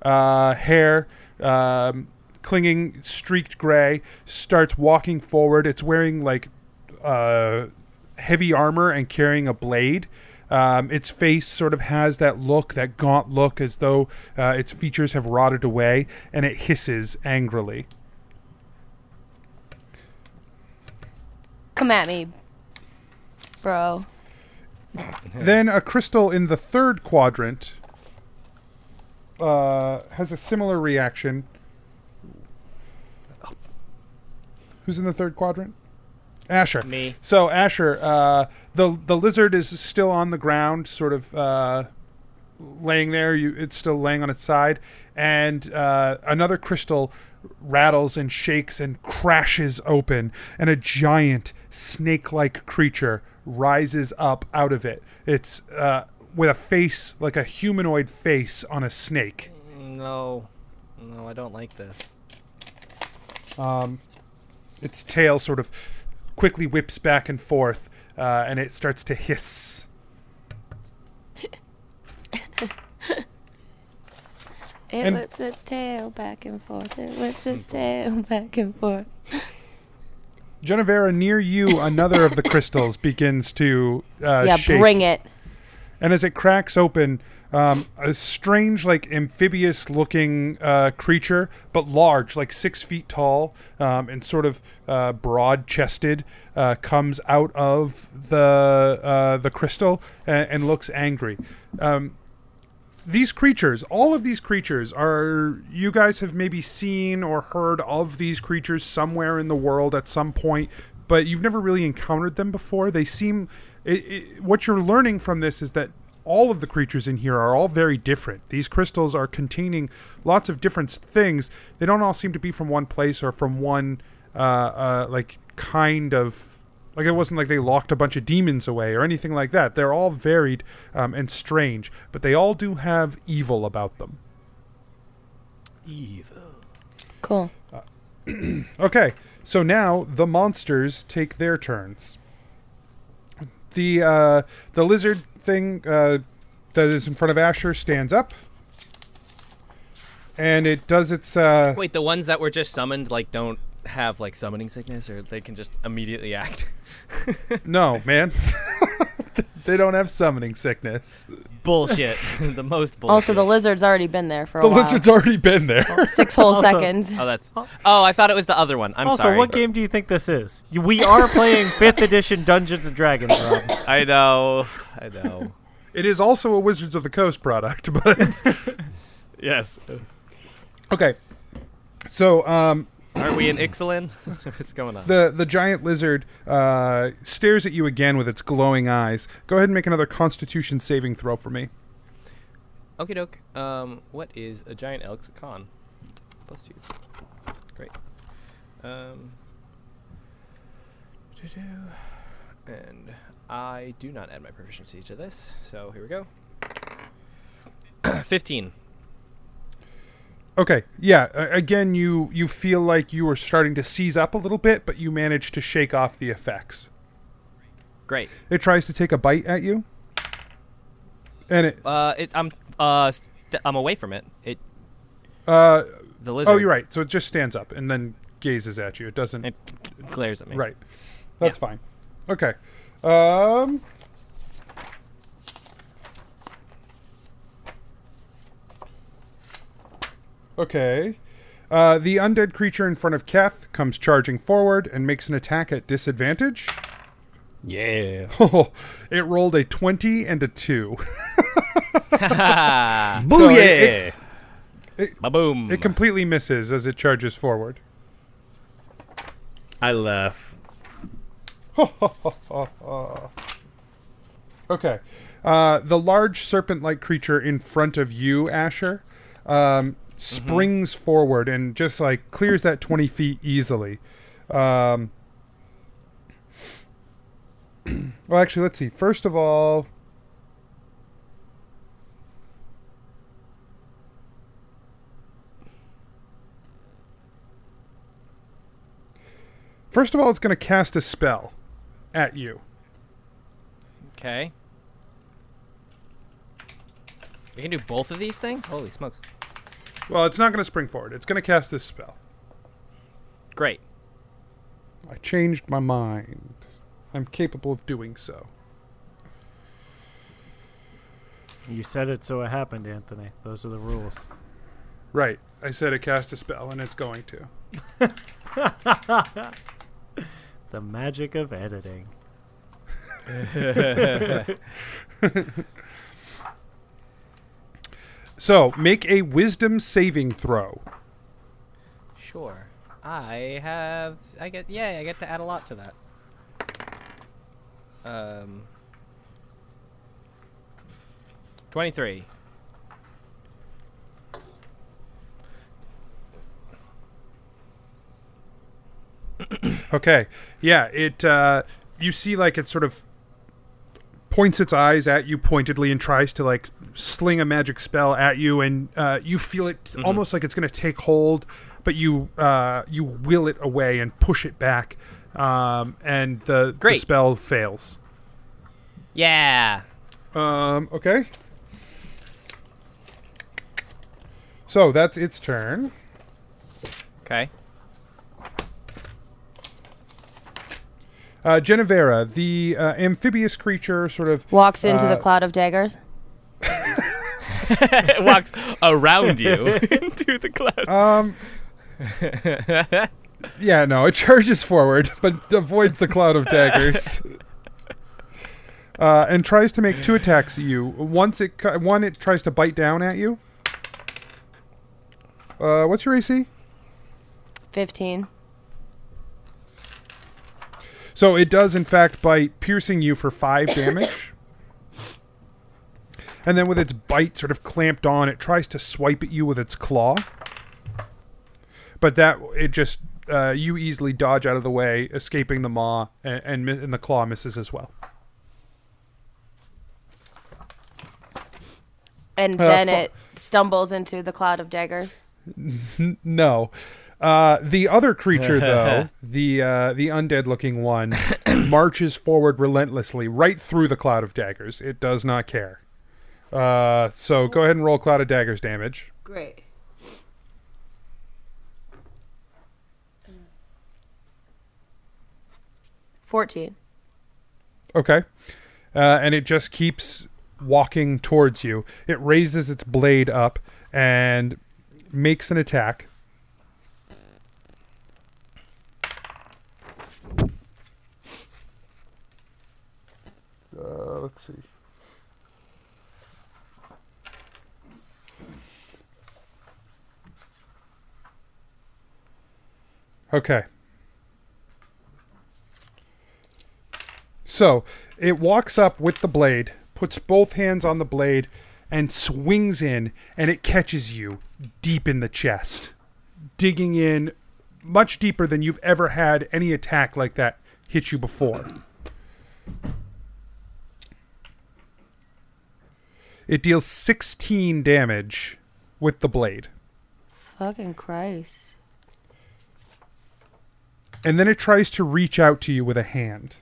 S1: uh, hair um, clinging streaked gray, starts walking forward. It's wearing like uh, heavy armor and carrying a blade. Um, its face sort of has that look, that gaunt look, as though uh, its features have rotted away, and it hisses angrily.
S4: Come at me, bro.
S1: then a crystal in the third quadrant uh, has a similar reaction. Who's in the third quadrant? Asher.
S2: Me.
S1: So Asher, uh, the the lizard is still on the ground, sort of uh, laying there. You, it's still laying on its side, and uh, another crystal rattles and shakes and crashes open, and a giant snake-like creature rises up out of it. It's uh, with a face like a humanoid face on a snake.
S2: No. No, Oh, I don't like this.
S1: its tail sort of quickly whips back and forth, uh, and it starts to hiss.
S4: It
S1: And-
S4: whips its tail back and forth. It whips its tail back and forth.
S1: Genevera, near you, another
S4: (laughs)
S1: of the crystals begins to uh,
S4: yeah,
S1: shake,
S4: bring it.
S1: and as it cracks open, um, a strange, like amphibious-looking uh, creature, but large, like six feet tall, um, and sort of uh, broad-chested, uh, comes out of the uh, the crystal and, and looks angry. Um, these creatures, all of these creatures, are you guys have maybe seen or heard of these creatures somewhere in the world at some point, but you've never really encountered them before. They seem. It, it, what you're learning from this is that all of the creatures in here are all very different. These crystals are containing lots of different things. They don't all seem to be from one place or from one, uh, uh, like, kind of like it wasn't like they locked a bunch of demons away or anything like that. They're all varied um, and strange, but they all do have evil about them.
S4: Cool.
S1: Okay, so now the monsters take their turns. The uh, the lizard thing uh, that is in front of Asher stands up, and it does its.
S2: (laughs)
S1: Uh,
S2: Wait, the ones that were just summoned like don't have like summoning sickness or they can just immediately act. (laughs)
S1: no, man, (laughs) they don't have summoning sickness.
S2: bullshit. the most bullshit.
S4: Also, the lizard's already been there for a
S1: The
S4: while.
S1: lizard's already been there.
S4: Six whole
S3: Also-
S4: seconds.
S2: Oh, that's. Oh, I thought it was the other one. I'm
S3: also,
S2: sorry.
S3: what game do you think this is? You- We are playing 5th edition Dungeons and Dragons, Rob.
S2: I know. I
S3: (laughs)
S2: know.
S1: it is also a Wizards of the Coast product, (laughs) but.
S2: yes.
S1: Okay. So um,
S2: Aren't we in Ixalan? (laughs) What's going on?
S1: the the giant lizard uh, stares at you again with its glowing eyes. Go ahead and make another Constitution saving throw for me.
S2: Okie doke. Um, what is a giant elk's con? Plus two. Great. Um. doo-doo. And I do not add my proficiency to this, so here we go. (coughs) Fifteen.
S1: Okay. Yeah. Uh, again, you you feel like you are starting to seize up a little bit, but you manage to shake off the effects.
S2: Great.
S1: It tries to take a bite at you, and it.
S2: Uh, it, I'm uh, st- I'm away from it. It
S1: Uh,
S2: the lizard.
S1: oh, you're right. So it just stands up and then gazes at you. It doesn't.
S2: It glares at me.
S1: Right. That's fine. Okay. Um Okay. Uh, the undead creature in front of Keth comes charging forward and makes an attack at disadvantage. (laughs)
S8: Yeah.
S1: Oh, it rolled a 20 and a 2.
S2: Booyah!
S8: (laughs) Booyah!
S1: it-
S2: Boom.
S1: It completely misses as it charges forward.
S8: I laugh.
S1: Okay. Uh, the large serpent like creature in front of you, Asher, um, springs forward and just like clears that 20 feet easily. Um, (clears throat) well, actually, let's see. First of all. First of all, it's going to cast a spell at you.
S2: Okay. We can do both of these things? Holy smokes.
S1: Well, it's not going to spring forward. It's going to cast this spell.
S2: Great.
S1: I changed my mind. I'm capable of doing so.
S3: You said it, so it happened, Anthony. Those are the rules.
S1: Right. I said it cast a spell, and it's going to.
S3: The magic of editing.
S1: So make a wisdom saving throw.
S2: Sure. I have. I get. Yeah, I get to add a lot to that. Um. Twenty-three.
S1: Okay. Yeah, it uh you see like it sort of points its eyes at you pointedly and tries to like sling a magic spell at you and uh you feel it almost like it's going to take hold, but you uh you will it away and push it back um and the, the
S2: Great.
S1: spell fails.
S2: Yeah.
S1: Um okay. So that's its turn.
S2: Okay. (laughs)
S1: Uh, Genevera, the uh, amphibious creature, sort of
S4: Walks into the
S1: Uh,
S4: cloud of daggers.
S2: it walks around you into the cloud.
S1: Um. yeah, no, it (laughs) charges forward, but avoids the cloud of daggers. Uh, and tries to make two attacks at you. Once it cu- one, it tries to bite down at you. Uh, what's your AC?
S4: 15.
S1: So it does, in fact, bite, piercing you for five damage. And then, with its bite sort of clamped on, it tries to swipe at you with its claw. But that it just uh, you easily dodge out of the way, escaping the maw, and and, mi- and the claw misses as well.
S4: And
S1: Uh,
S4: then
S1: fu-
S4: it stumbles into the cloud of daggers.
S1: No. Uh, the other creature, though, the uh, the undead-looking one, marches forward relentlessly, right through the cloud of daggers. It does not care. Uh, so go ahead and roll cloud of daggers damage.
S4: Great. Fourteen.
S1: Okay. Uh, and it just keeps walking towards you. It raises its blade up and makes an attack. Uh, let's see. Okay. So it walks up with the blade, puts both hands on the blade, and swings in, and it catches you deep in the chest, digging in much deeper than you've ever had any attack like that hit you before. It deals 16 damage with the blade.
S4: Fucking Christ.
S1: and then it tries to reach out to you with a hand.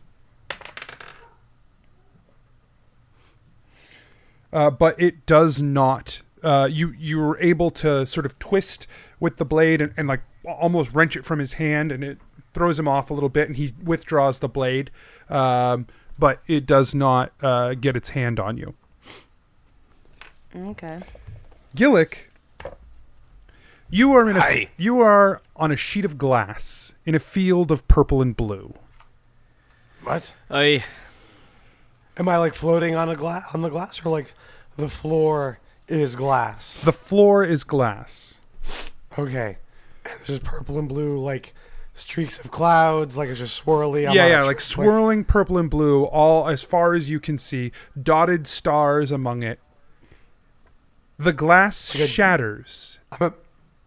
S1: Uh, but it does not. Uh, you you were able to sort of twist with the blade and, and like a- almost wrench it from his hand, and it throws him off a little bit, and he withdraws the blade. Um, but it does not uh, get its hand on you.
S4: Okay.
S1: Gillick, you are in a
S7: Hi.
S1: you are on a sheet of glass in a field of purple and blue.
S5: What?
S2: I
S5: Am I like floating on a glass on the glass or like the floor is glass?
S1: The floor is glass.
S5: Okay. And there's just purple and blue like streaks of clouds, like it's just swirly. I'm
S1: yeah,
S5: not
S1: yeah,
S5: sure-
S1: like swirling purple and blue, all as far as you can see, dotted stars among it. The glass
S5: Like a-
S1: shatters,
S5: I'm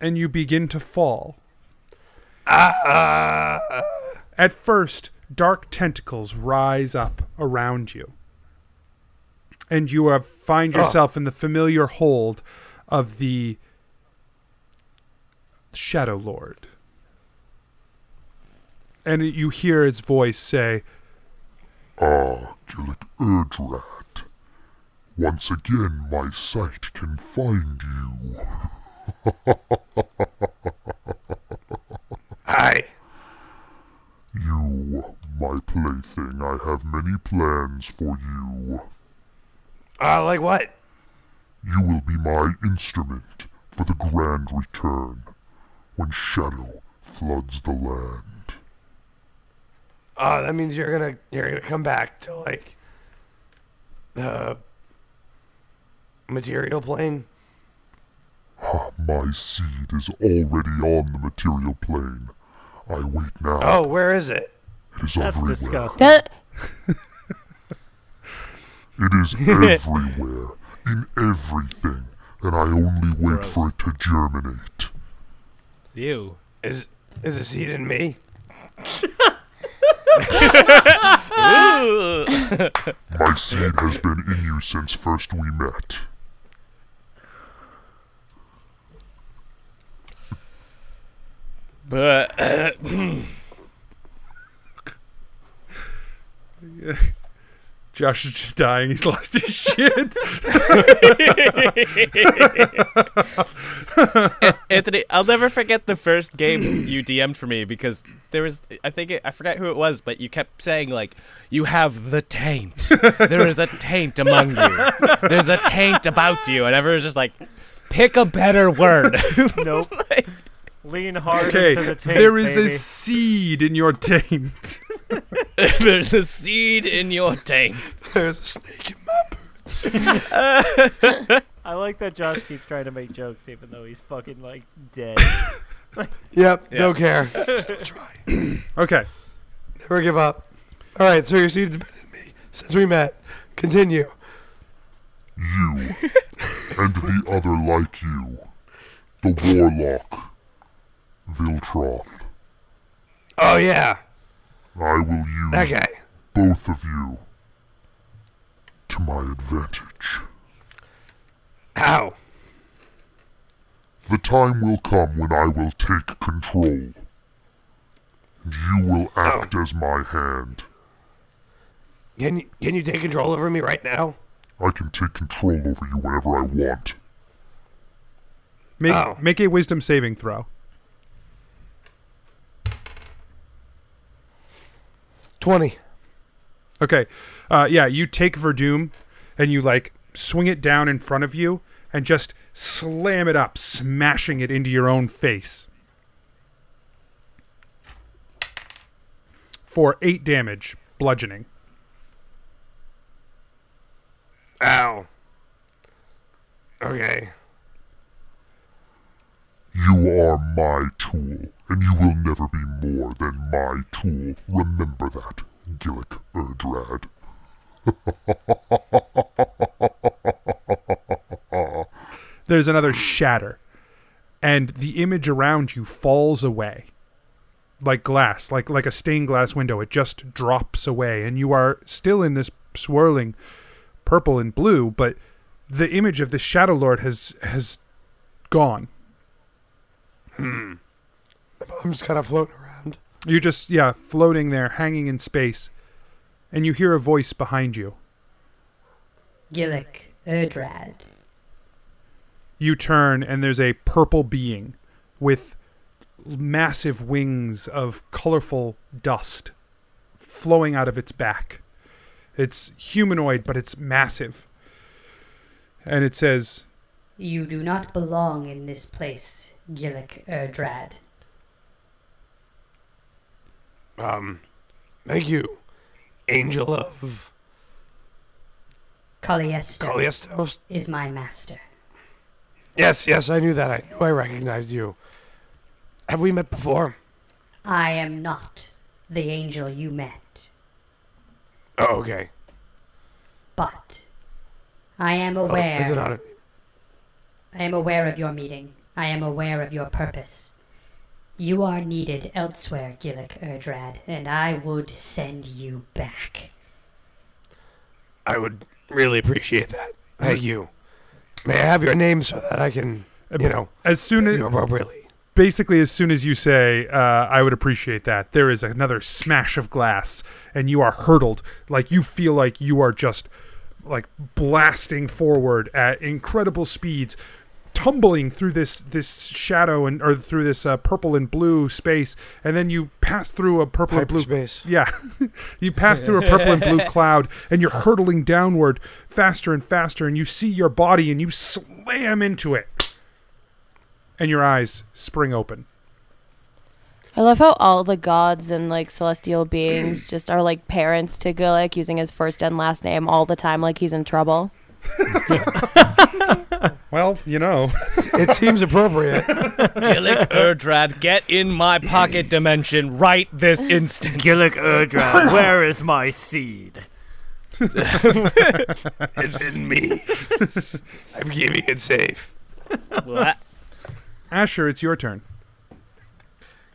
S1: and you begin to fall.
S5: Uh-uh.
S1: At first, dark tentacles rise up around you, and you are, find yourself in the familiar hold of the Shadow Lord. and you hear its voice say,
S9: Ah, Gillick Erdrat. Once again, my sight can find you.
S5: Hi.
S9: You, my plaything, I have many plans for you.
S5: Uh, like what?
S9: You will be my instrument for the grand return when shadow floods the land.
S5: Uh, that means you're gonna you're gonna come back to like the material plane.
S9: Ah, my seed is already on the material plane. I wait now.
S5: Oh, where is it?
S9: It is
S3: That's
S9: everywhere.
S3: disgusting.
S4: That-
S9: It
S5: (laughs)
S9: is everywhere, in everything, and I only wait for it to germinate.
S2: You.
S5: Is is a seed in me? (laughs)
S9: My seed has been in you since first we met.
S2: But
S1: Josh is just dying. He's (laughs) lost his shit.
S2: Anthony, I'll never forget the first game you DM'd for me because there was I think it, I forgot who it was, but you kept saying like you have the taint. There is a taint among you. There's a taint about you, and everyone's just like, pick a better word. (laughs)
S3: Nope.
S4: (laughs)
S3: Lean hard
S1: okay,
S3: into the tape.
S1: there is a
S3: baby.
S1: seed in your taint. (laughs)
S2: There's a seed in your taint.
S5: (laughs) There's a snake in my
S3: I like that Josh keeps trying to make jokes even though he's fucking like
S4: (laughs)
S3: dead.
S5: Yep,
S2: Yeah.
S5: don't care. Still try.
S1: Okay,
S5: Never give up. All right, so your seed's been in me since we met. Continue.
S9: You and the other like you, the warlock, Viltroth.
S5: Oh yeah,
S9: I will use
S5: that guy.
S9: both of you to my advantage.
S5: How?
S9: The time will come when I will take control. And you will
S5: Oh.
S9: act as my hand.
S5: Can you can you take control over me right now?
S9: I can take control over you whenever I want.
S1: make
S5: Oh.
S1: make a wisdom saving throw.
S5: Twenty.
S1: Okay. Uh, yeah, you take Verdum and you like swing it down in front of you and just slam it up, smashing it into your own face. For eight damage, bludgeoning.
S5: Ow. Okay.
S9: You are my tool, and you will never be more than my tool. Remember that, Gillick Erdrad.
S1: There's another shatter, and the image around you falls away. Like glass, like like a stained glass window, it just drops away, and you are still in this swirling purple and blue, but the image of the Shadow Lord has has gone.
S5: I'm just kind of floating around.
S1: You're just yeah, floating there, hanging in space, and you hear a voice behind you.
S10: Gillick, Erdrad.
S1: You turn and there's a purple being with massive wings of colorful dust flowing out of its back. It's humanoid, but it's massive. And it says,
S10: You do not belong in this place, Gillick, Erdrad.
S5: Um, thank you, Angel of
S10: Calliester
S5: Oh, Calliestos.
S10: is my master.
S5: Yes, yes, I knew that. I knew I recognized you. Have we met before?
S10: I am not the angel you met,
S5: Oh, okay.
S10: but I am
S5: Oh,
S10: aware.
S5: is it not? A,
S10: I am aware of your meeting. I am aware of your purpose. You are needed elsewhere, Gillick Erdrad, and I would send you back.
S5: I would really appreciate that. Thank you. May I have your name so that I can, you know,
S1: as soon
S5: you
S1: as
S5: appropriately?
S1: basically as soon as you say, uh, "I would appreciate that," there is another smash of glass, and you are hurtled. Like you feel like you are just like blasting forward at incredible speeds, tumbling through this this shadow and or through this uh, purple and blue space, and then you pass through a purple and blue
S5: space.
S1: (laughs) Yeah, you pass through a purple and blue cloud, and you're hurtling downward faster and faster, and you see your body, and you slam into it, and your eyes spring open.
S4: I love how all the gods and like celestial (clears throat) beings just are like parents to Gillick, using his first and last name all the time, like he's in trouble.
S1: Well, you know,
S5: it seems appropriate.
S2: Gillick Erdrad, get in my pocket dimension right this instant.
S3: Gillick (laughs) Erdrad, where is my seed?
S7: It's in
S1: (laughs)
S7: me. I'm keeping it safe.
S1: (laughs) Asher, it's your turn.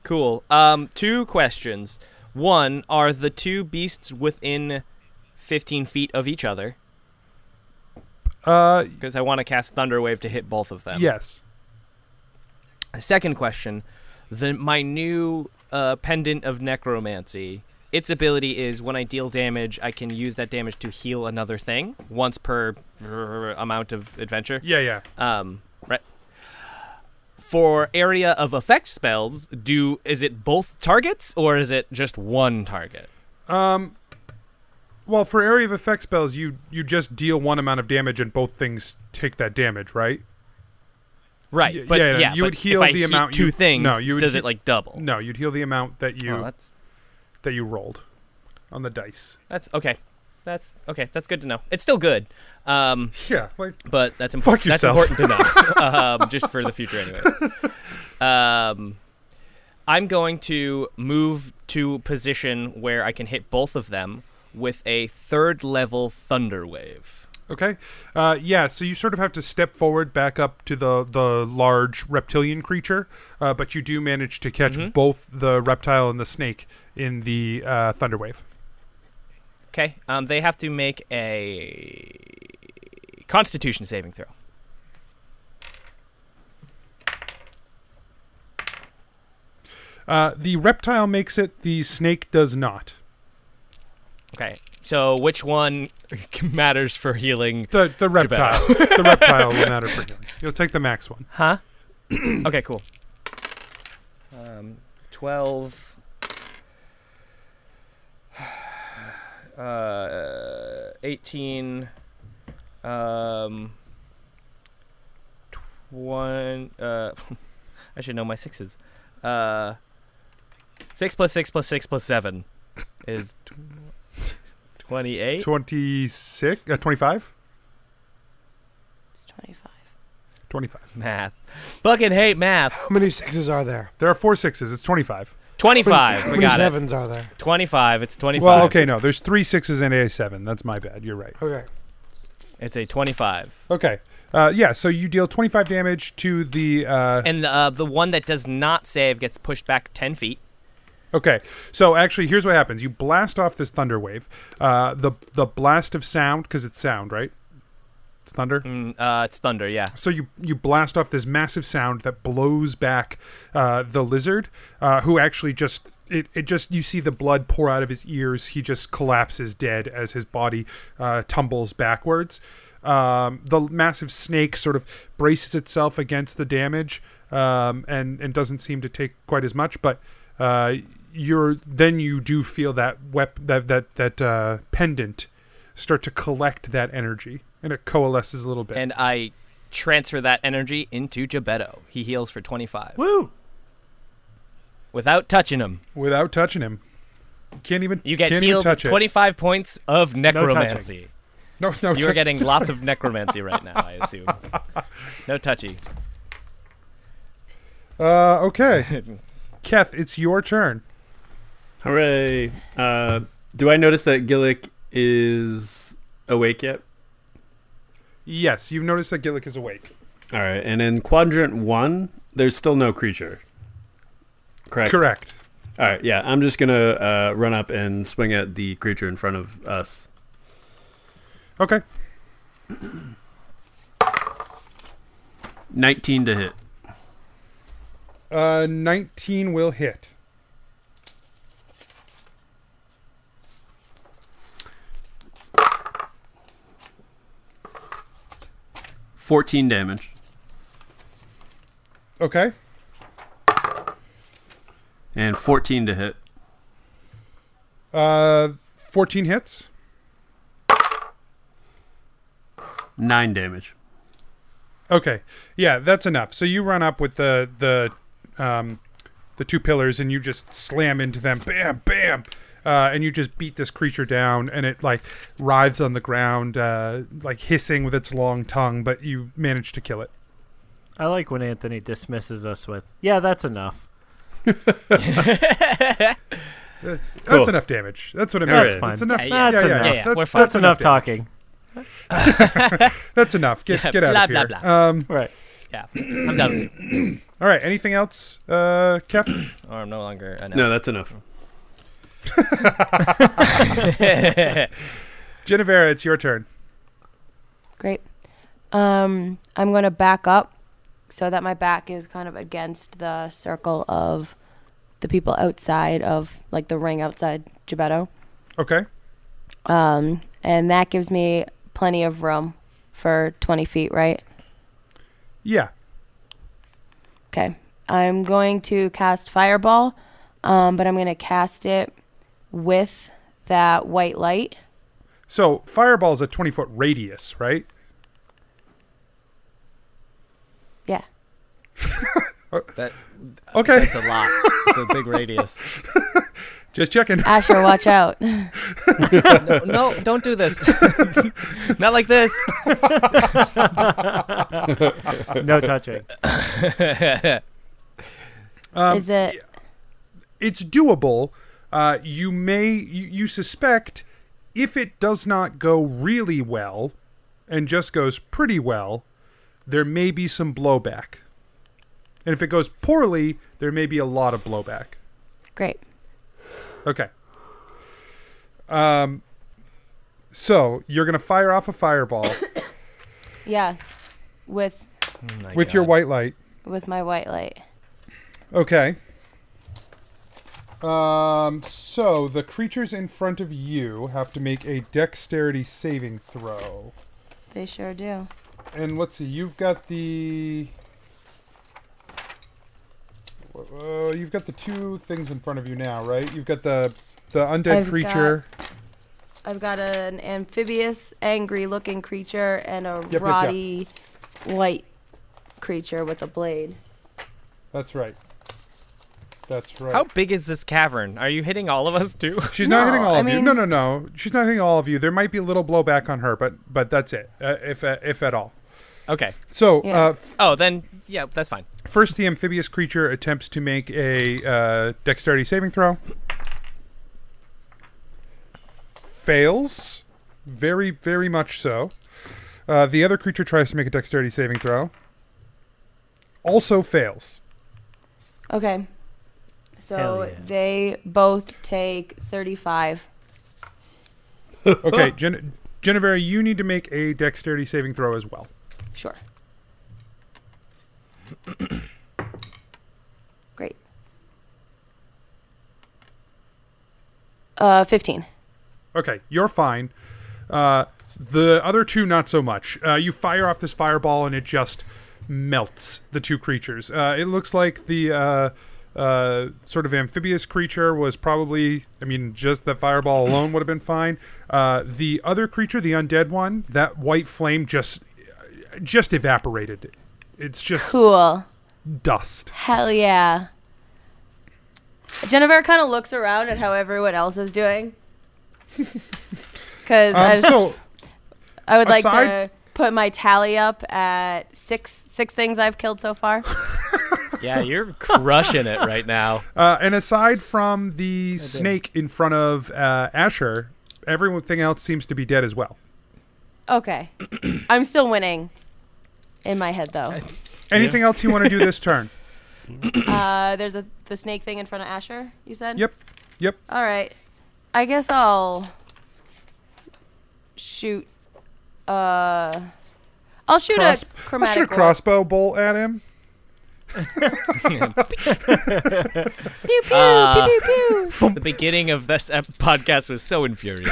S2: Cool. Um, two questions. One, are the two beasts within 15 feet of each other?
S1: Uh,
S2: Because I want to cast Thunderwave to hit both of them.
S1: yes.
S2: Second question: the my new uh, pendant of necromancy. Its ability is when I deal damage, I can use that damage to heal another thing once per amount of adventure.
S1: Yeah, yeah.
S2: Um, right. For area of effect spells, do is it both targets or is it just one target?
S1: Um, well, for area of effect spells, you you just deal one amount of damage, and both things take that damage, right?
S2: Right,
S1: Y-
S2: but
S1: yeah, no,
S2: yeah,
S1: you
S2: but
S1: would heal
S2: if I
S1: the
S2: heat
S1: amount
S2: two
S1: you-
S2: things.
S1: no, you would
S2: does
S1: heal-
S2: it like double?
S1: No, you'd heal the amount that you
S2: Oh, that's
S1: that you rolled on the dice.
S2: that's okay. That's okay. That's good to know. It's still good. Um,
S1: Yeah, like
S2: but that's
S1: Fuck
S2: important. That's
S1: yourself.
S2: important
S1: (laughs)
S2: to know, um, just for the future anyway. Um, I'm going to move to position where I can hit both of them with a third level thunder wave.
S1: Okay. Uh, yeah, so you sort of have to step forward back up to the, the large reptilian creature, uh, but you do manage to catch both the reptile and the snake in the uh, thunder wave.
S2: Okay, um, they have to make a Constitution saving throw.
S1: Uh, the reptile makes it, the snake does not.
S2: Okay, so which one (laughs) matters for healing?
S1: The, the reptile. the reptile will matter for healing. You'll take the max one.
S2: Huh? (clears throat) okay, cool. Um, 12. (sighs) Uh, 18. Um, one. Uh, (laughs) I should know my sixes. Uh, 6 plus 6 plus 6 plus (laughs) 7 is tw- 28.
S1: 26, uh, 25?
S4: It's 25.
S1: 25.
S2: Math. Fucking hate math.
S5: How many sixes are there?
S1: There are four sixes. It's 25.
S2: 25.
S5: How
S2: We
S5: many
S2: got it.
S5: sevens are there?
S2: 25. It's 25.
S1: Well, okay, no. There's three sixes and a seven. That's my bad. You're right.
S5: Okay.
S2: It's a 25.
S1: Okay. Uh, yeah, so you deal 25 damage to the. Uh,
S2: And uh, the one that does not save gets pushed back 10 feet.
S1: Okay, so actually, here's what happens: you blast off this thunder wave. Uh, the the blast of sound, because it's sound, right? It's thunder.
S2: Mm, uh, it's thunder, yeah.
S1: So you you blast off this massive sound that blows back uh, the lizard, uh, who actually just it, it just you see the blood pour out of his ears. He just collapses dead as his body uh, tumbles backwards. Um, the massive snake sort of braces itself against the damage um, and and doesn't seem to take quite as much, but. Uh, you're then you do feel that wep- that that that uh, pendant start to collect that energy and it coalesces a little bit.
S2: And I transfer that energy into Gebetto. He heals for 25
S3: Woo!
S2: without touching him.
S1: without touching him. You can't even
S2: You get
S1: can't
S2: healed
S1: even touch
S2: 25 points of necromancy.
S1: It. No, no,
S2: you are
S1: touch-
S2: getting lots of necromancy right now, I
S1: (laughs)
S2: assume. No touchy.
S1: Uh,
S2: (laughs)
S1: okay, Keth, it's your turn.
S8: Hooray! Uh, do I notice that Gillick is awake yet?
S1: Yes, you've noticed that Gillick is awake.
S8: All right, and in quadrant one, there's still no creature. Correct.
S1: Correct.
S8: All right, yeah, I'm just gonna uh, run up and swing at the creature in front of us.
S1: Okay,
S8: 19 to hit.
S1: Uh, 19 will hit.
S8: Fourteen damage.
S1: Okay.
S8: And fourteen to hit.
S1: Uh, 14 hits.
S8: Nine damage.
S1: Okay. Yeah, that's enough. So you run up with the the um, the two pillars and you just slam into them. Bam, bam. Uh, and you just beat this creature down, and it like writhes on the ground, uh, like hissing with its long tongue. But you manage to kill it.
S3: I like when Anthony dismisses us with, "Yeah, that's enough."
S1: That's
S3: Cool.
S1: that's enough damage. That's what it
S3: That's
S1: means.
S3: fine.
S1: That's enough.
S3: Yeah, yeah, that's enough. Yeah, yeah, we're fine. That's enough talking. (laughs)
S1: talking. that's enough. Get
S2: Yeah,
S1: get out
S2: blah,
S1: of here.
S2: blah, blah.
S1: Um,
S3: right.
S2: Yeah, I'm done with
S1: All right. Anything else, uh, Kev?
S2: Or I'm no longer an
S8: No,
S2: (laughs) elf.
S8: that's enough.
S1: Genevera, it's your turn.
S4: Great. Um, I'm going to back up so that my back is kind of against the circle of the people outside of like the ring outside Gebetto.
S1: Okay.
S4: Um, and that gives me plenty of room for 20 feet, right?
S1: Yeah.
S4: Okay. I'm going to cast Fireball, um, but I'm going to cast it with that white light.
S1: So fireball is a twenty foot radius, right?
S4: Yeah.
S2: That,
S1: okay.
S2: That's a lot. It's a big radius.
S1: Just checking. (laughs)
S4: Asher, watch out.
S2: no, no, don't do this. (laughs) Not like this.
S3: No touching.
S1: Um,
S4: Is it?
S1: It's doable. Uh, you may you, you suspect if it does not go really well, and just goes pretty well, there may be some blowback. And if it goes poorly, there may be a lot of blowback.
S4: Great.
S1: Okay. Um. So you're gonna fire off a fireball
S4: Yeah. With
S2: Oh
S1: with your white light.
S4: with my white light.
S1: Okay. Um, so the creatures in front of you have to make a dexterity saving throw.
S4: They sure do.
S1: And let's see, you've got the. Uh, you've got the two things in front of you now, right? You've got the the undead
S4: I've
S1: creature.
S4: I've got an amphibious, angry-looking creature and a
S1: Yep, yep,
S4: rotty white creature with a blade.
S1: That's right. That's right.
S2: How big is this cavern? Are you hitting all of us too? (laughs)
S1: She's not hitting all
S2: I
S1: of you.
S2: mean-
S1: No, no, no. She's not hitting all of you. There might be a little blowback on her, but but that's it, uh, if uh, if at all.
S2: Okay.
S1: So uh,
S2: oh, then yeah, that's fine.
S1: First, the amphibious creature attempts to make a uh, dexterity saving throw. Fails. Very, very much so. Uh, the other creature tries to make a dexterity saving throw. Also fails.
S4: Okay. So
S1: Hell yeah.
S4: they both take 35.
S2: (laughs)
S1: okay, Gen- Genevera, you need to make a dexterity saving throw as well.
S4: Sure. (coughs) Great. Uh, 15.
S1: Okay, you're fine. Uh, the other two, not so much. Uh, you fire off this fireball, and it just melts the two creatures. Uh, it looks like the uh, uh, sort of amphibious creature was probably, I mean, just the fireball alone would have been fine. Uh, the other creature, the undead one, that white flame just just evaporated. It's just
S4: Cool.
S1: dust.
S4: Hell yeah. Jennifer kind of looks around at how everyone else is doing. (laughs) Because I,
S1: Um,
S4: just-
S1: so,
S4: I would like
S1: aside-
S4: to put my tally up at six six things I've killed so
S1: (coughs)
S4: far.
S2: Yeah, you're crushing it right (laughs) now.
S1: Uh, and aside from the snake in front of uh, Asher, everything else seems to be dead as well.
S4: Okay. I'm still winning in my head, though.
S1: Anything else you want to do this turn?
S4: uh, there's a the snake thing in front of Asher, you said?
S1: Yep. Yep.
S4: All right. I guess I'll shoot. Uh, I'll shoot
S1: Cross-
S4: a
S1: I'll
S4: chromatic.
S1: shoot a
S4: orb.
S1: crossbow bolt at him.
S2: pew,
S4: pew, pew, pew, pew.
S2: The beginning of this ep- podcast was so infuriating.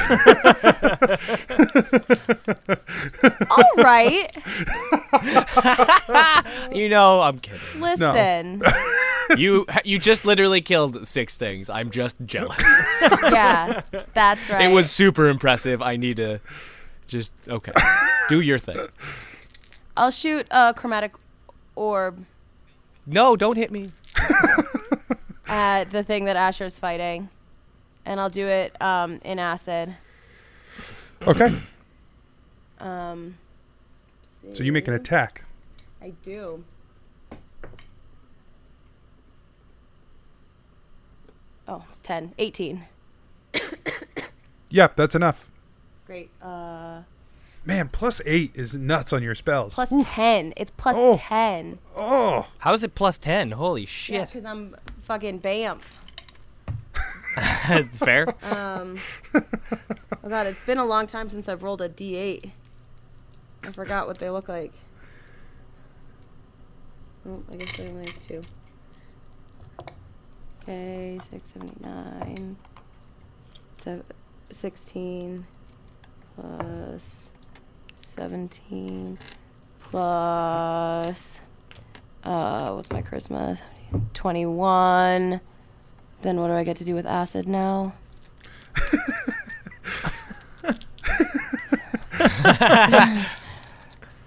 S4: All (laughs) right.
S2: (laughs) you know, I'm kidding.
S4: Listen.
S2: you you just literally killed six things. I'm just jealous.
S4: (laughs) yeah, that's right.
S2: It was super impressive. I need to just okay. Do your thing.
S4: I'll shoot a chromatic orb
S2: No, don't hit me.
S4: at the thing that Asher's fighting, and I'll do it um, in acid.
S1: Okay.
S4: Um,
S1: So you make an attack.
S4: I do. Oh, it's 10. 18.
S1: Yep, that's enough.
S4: Great. Uh,
S1: Man, plus eight is nuts on your spells.
S4: plus 10. It's plus 10.
S1: Oh.
S2: How is it plus ten? Holy
S4: Yeah,
S2: shit!
S4: because I'm fucking BAMF.
S2: (laughs) Fair.
S4: Um, oh god, it's been a long time since I've rolled a d8. I forgot what they look like. Oh, I guess they only have two. Okay, six, seven, eight, nine, seven, 16 plus 17 plus uh what's my charisma 21 then what do i get to do with acid now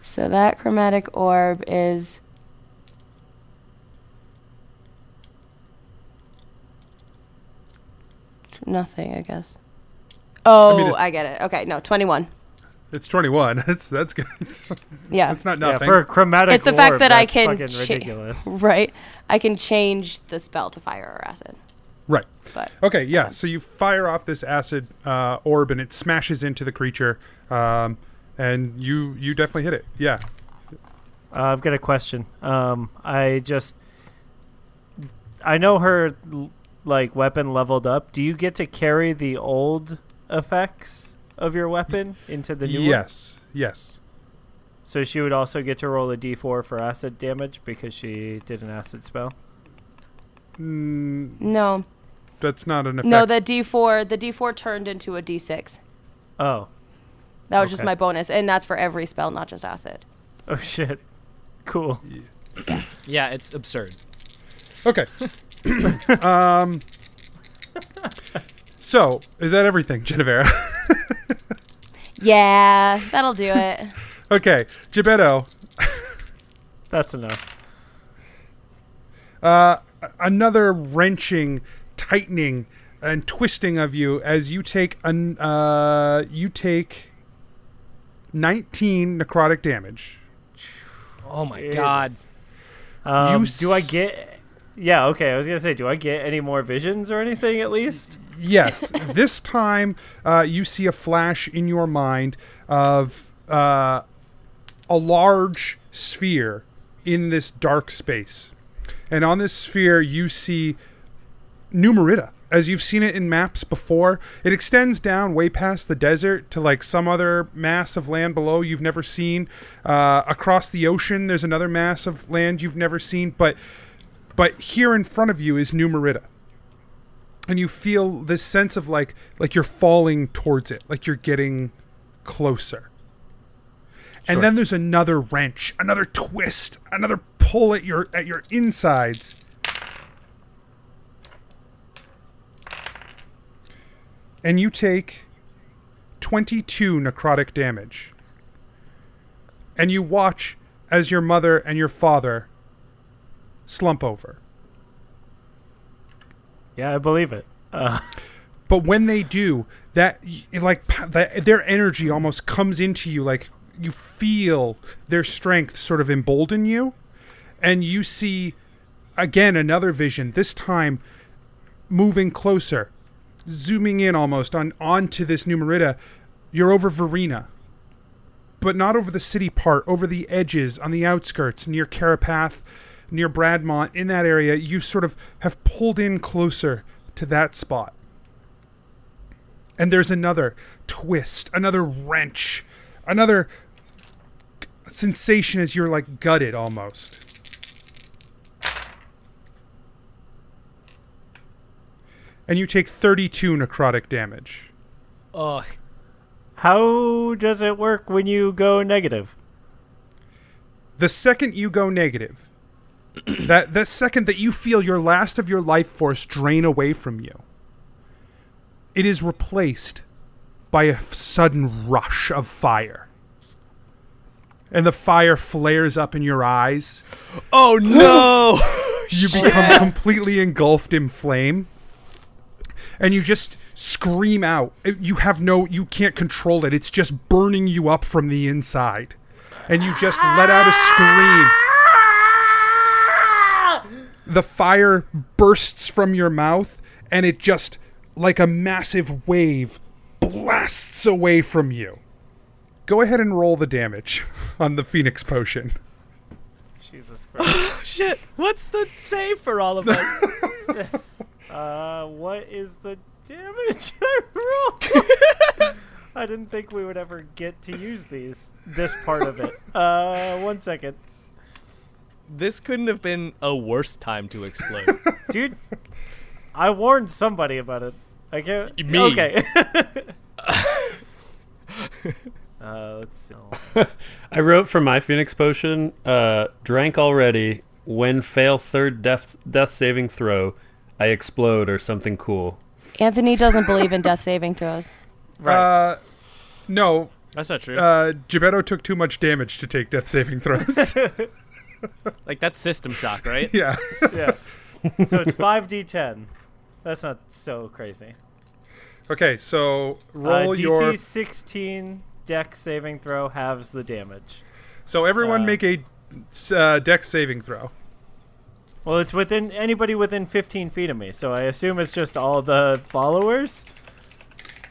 S4: so that chromatic orb is nothing i guess oh
S1: mean, it's-
S4: I get it okay no 21
S1: It's 21. (laughs) That's that's good.
S4: Yeah.
S1: It's not (laughs)
S3: Yeah,
S1: nothing.
S3: for a chromatic
S4: it's the fact
S3: orb,
S4: that I
S3: that's
S4: can
S3: fucking
S4: cha-
S3: ridiculous.
S4: right? I can change the spell to fire or acid.
S1: Right.
S4: But-
S1: okay, yeah. So you fire off this acid uh, orb, and it smashes into the creature, um, and you you definitely hit it. Yeah.
S3: Uh, I've got a question. Um, I just, I know her l- like weapon leveled up. Do you get to carry the old effects of your weapon into the new? one?
S1: yes. Yes.
S3: So she would also get to roll a d4 for acid damage because she did an acid spell.
S1: Mm,
S4: No,
S1: that's not an effect.
S4: no, the D four, the D four turned into a D six.
S3: Oh,
S4: That was just
S3: Okay.
S4: my bonus, and that's for every spell, not just acid.
S3: oh (laughs) shit, cool.
S2: Yeah, it's absurd.
S1: Okay. (coughs) um. So is that everything, (laughs) Genevera?
S4: Yeah, that'll do it.
S1: okay, Gibetto.
S3: That's enough.
S1: Uh, another wrenching, tightening, and twisting of you as you take an uh, you take nineteen necrotic damage.
S2: Oh my god.
S3: Um,
S1: You
S3: do I get? Yeah, okay. I was gonna say, do I get any more visions or anything at least?
S1: Yes, this time uh, you see a flash in your mind of uh, a large sphere in this dark space, and on this sphere you see Numerida. As you've seen it in maps before, it extends down way past the desert to like some other mass of land below you've never seen. Uh, across the ocean, there's another mass of land you've never seen, but but here in front of you is Numerida, and you feel this sense of like like you're falling towards it, like you're getting closer. And
S7: Sure.
S1: then there's another wrench, another twist, another pull at your at your insides. and you take 22 necrotic damage. And you watch as your mother and your father slump over.
S3: Yeah, I believe it. Uh,
S1: But when they do, that y- like p- that, their energy almost comes into you like you feel their strength sort of embolden you and you see again another vision this time moving closer, zooming in almost on onto this numerita. You're over Verena, but not over the city part. Over the edges, on the outskirts, near Carapath, near Bradmont, in that area, you sort of have pulled in closer to that spot. And there's another twist, another wrench, another sensation as you're like gutted almost. and you take 32 necrotic damage.
S2: Ugh.
S3: How does it work when you go negative?
S1: The second you go negative, that that second that you feel your last of your life force drain away from you, it is replaced by a f- sudden rush of fire. And the fire flares up in your eyes.
S2: Oh no!
S1: (laughs) you become completely engulfed in flame. And you just scream out. You have no you can't control it. It's just burning you up from the inside. And you just let out a scream the fire bursts from your mouth and it just like a massive wave blasts away from you go ahead and roll the damage (laughs) on the phoenix potion
S3: Jesus Christ.
S2: Shit, what's the save for all of us?
S3: (laughs) uh, what is the damage (laughs) I rolled? I didn't think we would ever get to use these. This part of it. Uh, one second.
S2: this couldn't have been a worse time to explode.
S3: Dude, I warned somebody about it. I can't.
S2: Me.
S1: (laughs)
S3: Okay. uh, let's see.
S8: I wrote for my Phoenix potion, uh, drank already. When fail third death death saving throw, I explode or something cool.
S4: (laughs) Anthony doesn't believe in death saving throws.
S1: uh no
S2: That's not true.
S1: uh Gebetto took too much damage to take death saving throws (laughs)
S2: like that's system shock, right?
S1: yeah
S3: yeah. So it's 5d10. That's not so crazy.
S1: okay so roll
S3: uh, DC
S1: your
S3: 16 deck saving throw halves the damage.
S1: so everyone make a uh, deck saving throw
S3: Well, it's within anybody within 15 feet of me, so I assume it's just all the followers.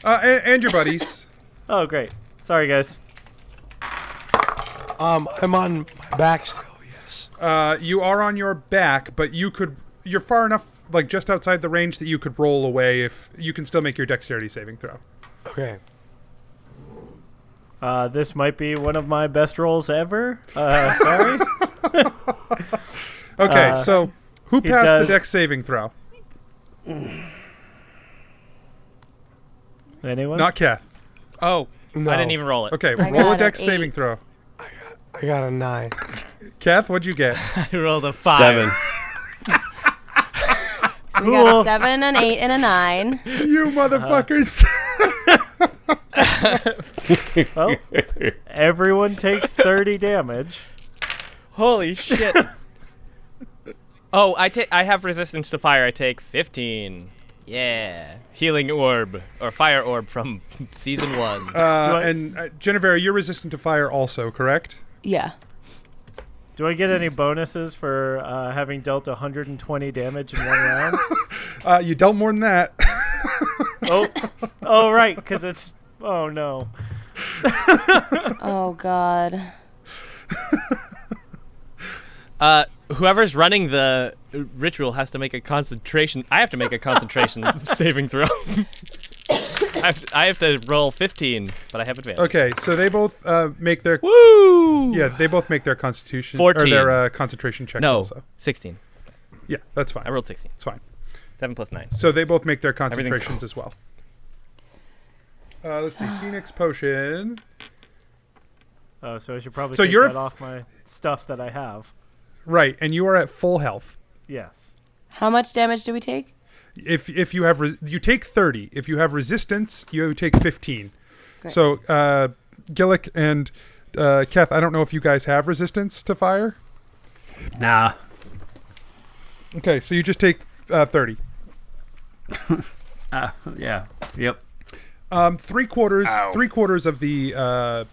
S1: uh, and, and your buddies
S3: Oh, great. Sorry, guys.
S5: Um, I'm on my back still. Yes.
S1: Uh, you are on your back, but you could you're far enough like just outside the range that you could roll away if you can still make your dexterity saving throw.
S5: Okay.
S3: Uh, this might be one of my best rolls ever. Uh,
S1: (laughs)
S3: sorry.
S1: Okay,
S3: Uh,
S1: so who
S3: he
S1: passed the
S3: does-
S1: dex saving throw?
S3: Anyone?
S1: Not Kath.
S2: Oh,
S5: No.
S2: I didn't even roll it.
S1: Okay,
S4: I
S1: roll
S4: got
S1: a
S4: a
S1: dex
S4: eight.
S1: saving throw.
S5: I got a nine.
S1: Kath, what'd you get?
S3: (laughs)
S2: I rolled a five.
S8: Seven.
S4: So we got
S3: Cool.
S4: a seven, an eight, and a nine.
S1: you motherfuckers.
S3: Well, everyone takes 30 damage.
S2: Holy shit. oh, I take I have resistance to fire. I take 15. Yeah. Healing orb or fire orb from (laughs) season 1.
S1: uh,
S3: (laughs) I-
S1: and uh, Genevera, you're resistant to fire also, correct?
S4: Yeah.
S3: Do I get any bonuses for uh, having dealt 120 damage in one round?
S1: (laughs) Uh, you dealt more than that. (laughs)
S3: oh, oh right, because it's. Oh no.
S4: Oh God.
S2: Uh whoever's running the ritual has to make a concentration I have to make a concentration saving throw. I have, I have to roll 15, but I have advantage.
S1: Okay, so they both uh, make their
S2: Woo!
S1: yeah they both make their constitution or
S2: 14.
S1: their uh, concentration checks.
S2: No,
S1: also.
S2: 16.
S1: yeah, that's fine.
S2: I rolled 16.
S1: It's fine.
S2: 7 plus 9.
S1: So they both make their
S2: Everything's
S1: concentrations as well. Uh, let's see, Phoenix Potion.
S3: Oh, so I should probably
S1: So
S3: take
S1: you're
S3: that
S1: f-
S3: off my stuff that I have.
S1: Right, and you are at full health.
S3: Yes.
S4: How much damage do we take?
S1: If if you have re- you take thirty. If you have resistance, you take fifteen. So uh, Gillick and uh, Keth, I don't know if you guys have resistance to fire.
S7: Nah.
S1: Okay, so you just take uh, thirty.
S7: Uh, yeah. Yep.
S1: Um, three quarters,
S7: Ow.
S1: three quarters of the uh,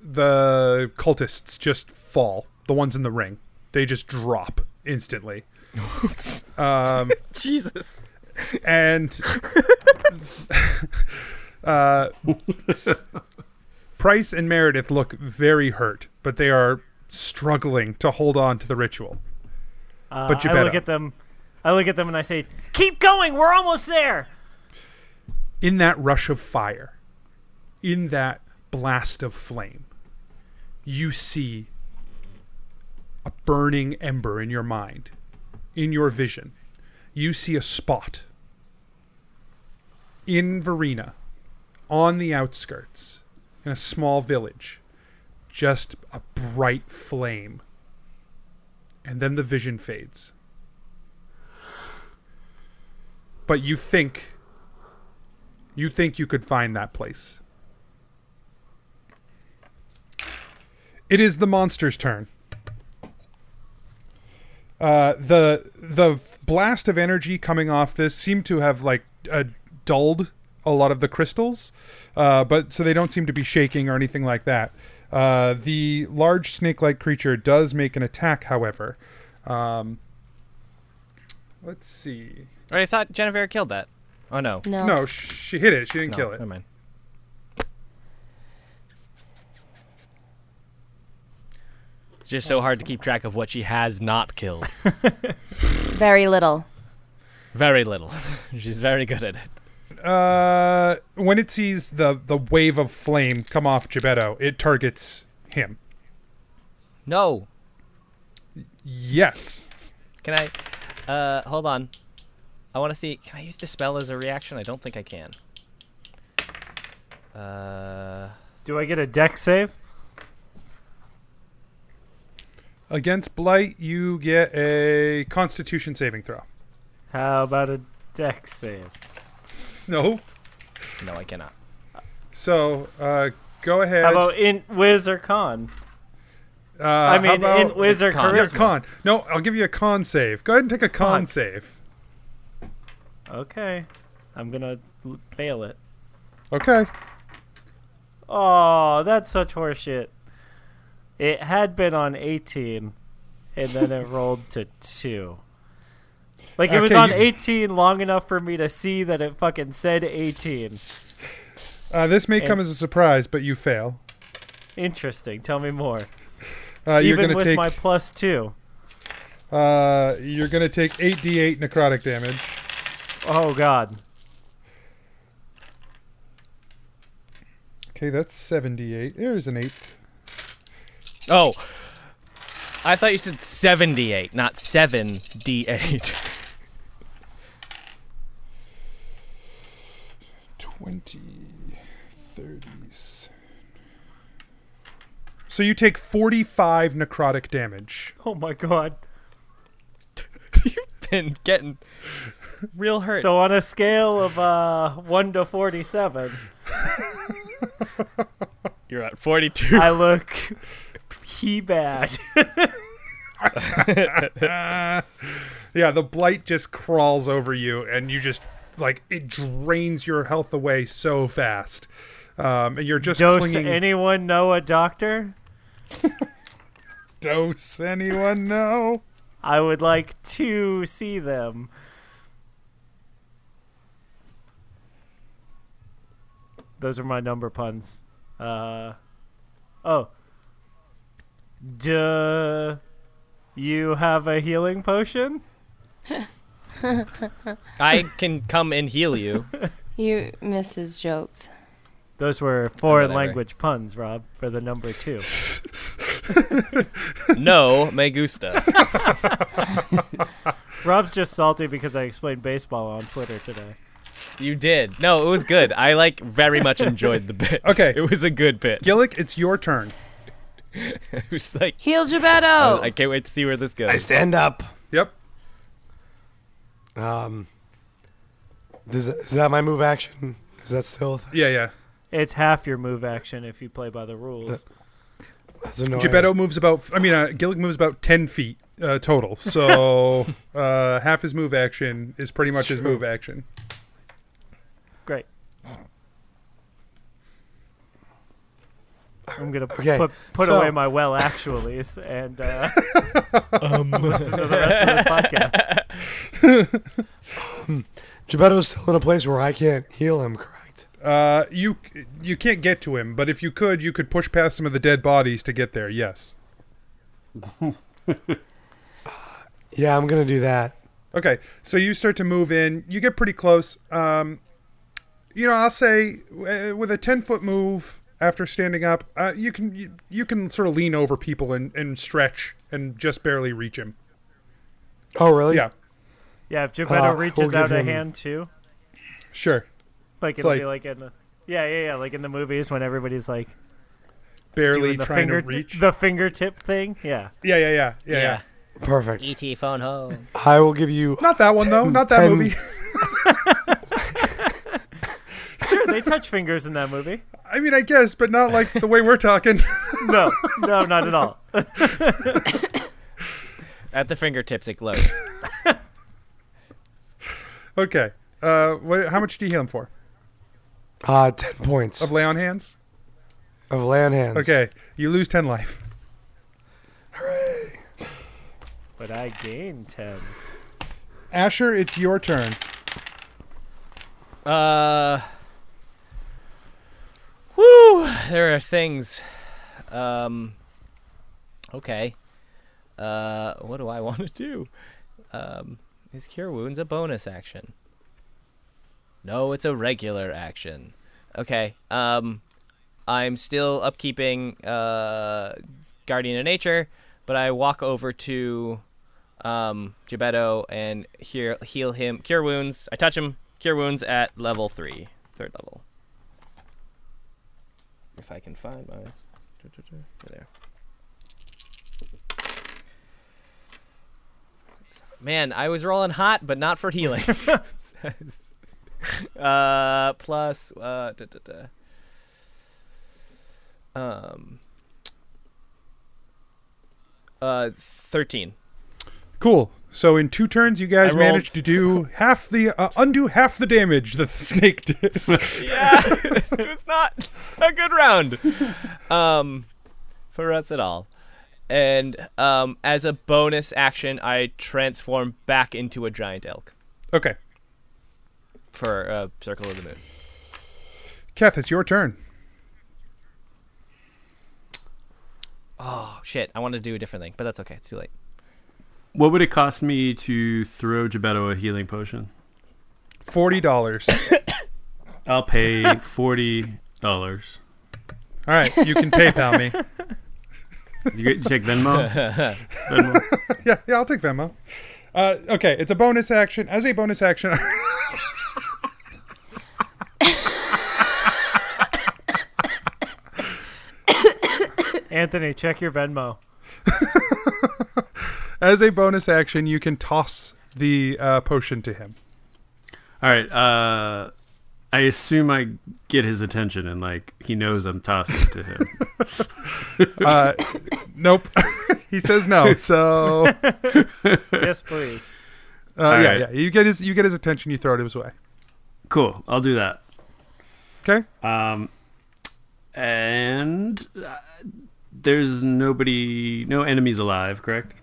S1: the cultists just fall. The ones in the ring, they just drop instantly. Um,
S2: Jesus.
S1: and uh, Price and Meredith look very hurt, but they are struggling to hold on to the ritual.
S3: Uh,
S1: But you
S3: I look
S1: better.
S3: at them. I look at them and I say, "Keep going. We're almost there."
S1: In that rush of fire, in that blast of flame, you see a burning ember in your mind, in your vision. You see a spot in Verena, on the outskirts, in a small village, just a bright flame. And then the vision fades. But you think you think you could find that place. It is the monster's turn. Uh, the the blast of energy coming off this seemed to have like uh, dulled a lot of the crystals, uh, but so they don't seem to be shaking or anything like that. Uh, the large snake-like creature does make an attack, however. Um, let's see.
S2: Or I thought Jennifer killed that. Oh no.
S1: No, sh- she hit it. She didn't
S2: No,
S1: kill it.
S2: Never mind. Just so hard to keep track of what she has not killed.
S1: (laughs)
S4: Very little.
S2: very little. (laughs) She's very good at it.
S1: Uh, when it sees the the wave of flame come off Gebetto, it targets him.
S2: No.
S1: Yes.
S2: Can I? Uh, hold on. I want to see. Can I use dispel as a reaction? I don't think I can. Uh,
S3: Do I get a deck save?
S1: Against blight, you get a Constitution saving throw.
S3: How about a deck save?
S1: No.
S2: No, I cannot.
S1: So uh, go ahead.
S3: How about in whiz or con?
S1: Uh,
S3: I mean,
S1: how
S3: in
S1: about-
S3: whiz or
S1: Yeah,
S3: charisma.
S1: con. No, I'll give you a con save. Go ahead and take a con save.
S3: Okay, I'm gonna l- fail it.
S1: Okay.
S3: Oh, that's such horseshit. It had been on 18, and then
S1: (laughs)
S3: it rolled to two. Like it was
S1: Okay,
S3: on
S1: you-
S3: 18 long enough for me to see that it fucking said 18.
S1: Uh, this may
S3: And-
S1: come as a surprise, but you fail.
S3: Interesting. Tell me more.
S1: Uh, you're
S3: Even
S1: gonna
S3: with
S1: take-
S3: my plus two.
S1: Uh, you're gonna take eight d8 necrotic damage.
S3: Oh god.
S1: Okay, that's seven d8. There's an eight.
S2: Oh. I thought you said 78, not (laughs) 7d8.
S1: 20, 30. So you take 45 necrotic damage.
S3: Oh my god.
S2: Been getting real hurt.
S3: So on a scale of uh, 1 to 47,
S2: You're at 42.
S3: I look he bad.
S1: yeah, the blight just crawls over you, and you just like it drains your health away so fast, um, and you're just
S3: Does
S1: clinging.
S3: anyone know a doctor?
S1: Dose anyone know?
S3: I would like to see them. Those are my number puns. Uh, oh. Duh. You have a healing potion?
S2: I can come and heal you.
S1: (laughs)
S4: You misses jokes.
S3: Those were foreign
S2: Whatever.
S3: language puns, Rob, for the number two.
S2: No, me gusta.
S3: Rob's just salty because I explained baseball on Twitter today.
S2: You did. No, it was good. I like very much enjoyed the bit.
S1: Okay.
S2: It was a good bit. (laughs)
S1: Gillick, it's your turn.
S2: I was like
S4: Heal
S2: I, was-
S4: Gebetto.
S2: I can't wait to see where this goes.
S5: I stand up.
S1: Yep.
S5: Um, does that, is that my move action? Is that still? a thing?
S1: Yeah, yeah.
S3: It's half your move action if you play by the rules.
S5: That's annoying.
S1: Gebetto moves about. I mean, uh, Gillick moves about ten feet uh, total. So uh, half his move action is pretty much his move action.
S3: Great. I'm gonna
S5: Okay,
S3: put put
S5: so-
S3: away my well actuallys and uh, (laughs) listen to the rest of this podcast.
S5: Gebetto's still in a place where I can't heal him. Correct.
S1: Uh, you you can't get to him, but if you could, you could push past some of the dead bodies to get there. Yes.
S5: Yeah, I'm gonna do that.
S1: Okay, so you start to move in. You get pretty close. Um, you know, I'll say uh, with a ten foot move after standing up, uh, you can you, you can sort of lean over people and, and stretch and just barely reach him.
S5: Oh, really?
S1: Yeah,
S3: Yeah, if Geppetto
S1: Ah,
S5: Uh, we'll
S3: reaches
S5: give
S3: out a
S5: him-
S3: hand too,
S1: sure.
S3: Like
S1: It's
S3: it'll
S1: like-
S3: be like in the yeah yeah yeah like in the movies when everybody's like
S1: Barely
S3: doing the
S1: trying to
S3: finger-
S1: reach.
S3: the fingertip thing. Yeah.
S1: Yeah, yeah, yeah, yeah,
S3: Yeah.
S1: yeah.
S5: Perfect.
S2: ET E phone home.
S5: I will give you
S1: Not that one though.
S5: 10
S1: Not that
S5: 10
S1: movie. (laughs)
S3: sure, they touch fingers in that movie.
S1: I mean, I guess, but not like the way we're talking. (laughs)
S3: no, no, not at all.
S2: At the fingertips, it glows.
S1: okay. Uh, what, how much do you heal him for?
S5: Uh, 10 points
S1: Of
S5: of,
S1: lay on hands.
S5: lay on hands.
S1: Okay, you lose ten life.
S3: But I gained ten.
S1: Asher, it's your turn.
S2: Uh. Woo! There are things. Um. Okay. Uh, what do I (laughs) want to do? Um, is cure wounds a bonus action? No, it's a regular action. Okay. Um, I'm still upkeeping uh, Guardian of Nature, but I walk over to um, Gebetto and heal, heal him. Cure wounds. I touch him. Cure wounds at level three, third level. If I can find my. There. Man, I was rolling hot, but not for healing. (laughs) uh, plus, uh, da, da, da. um, uh, thirteen.
S1: Cool. So in two turns, you guys
S2: I rolled-
S1: managed to do half the uh, undo half the damage that the (laughs) snake did.
S2: yeah, (laughs) it's not a good round um, for us at all. And um, as a bonus action, I transform back into a giant elk
S1: Okay,
S2: for uh, Circle of the Moon.
S1: Keth, it's your turn.
S2: Oh shit! I want to do a different thing, but that's okay. It's too late.
S8: What would it cost me to throw Gebetto a healing potion?
S1: Forty dollars.
S8: I'll (laughs) pay forty dollars.
S1: All right, you can PayPal me.
S8: You get- you take Venmo. (laughs) Venmo.
S1: (laughs) yeah, yeah, I'll take Venmo. Uh, okay, it's a bonus action. As a bonus action, (laughs)
S3: Anthony, check your Venmo.
S1: as a bonus action, you can toss the uh, potion to him.
S8: All right. Uh, I assume I get his attention and like he knows I'm tossing it to (laughs) him.
S1: Uh, (laughs) nope, he says no. So, uh,
S3: yes, please.
S1: yeah,
S8: right.
S1: yeah, you get his you get his attention. You throw it his way.
S8: Cool. I'll do that.
S1: Okay.
S8: Um, and uh, there's nobody, no enemies alive, correct?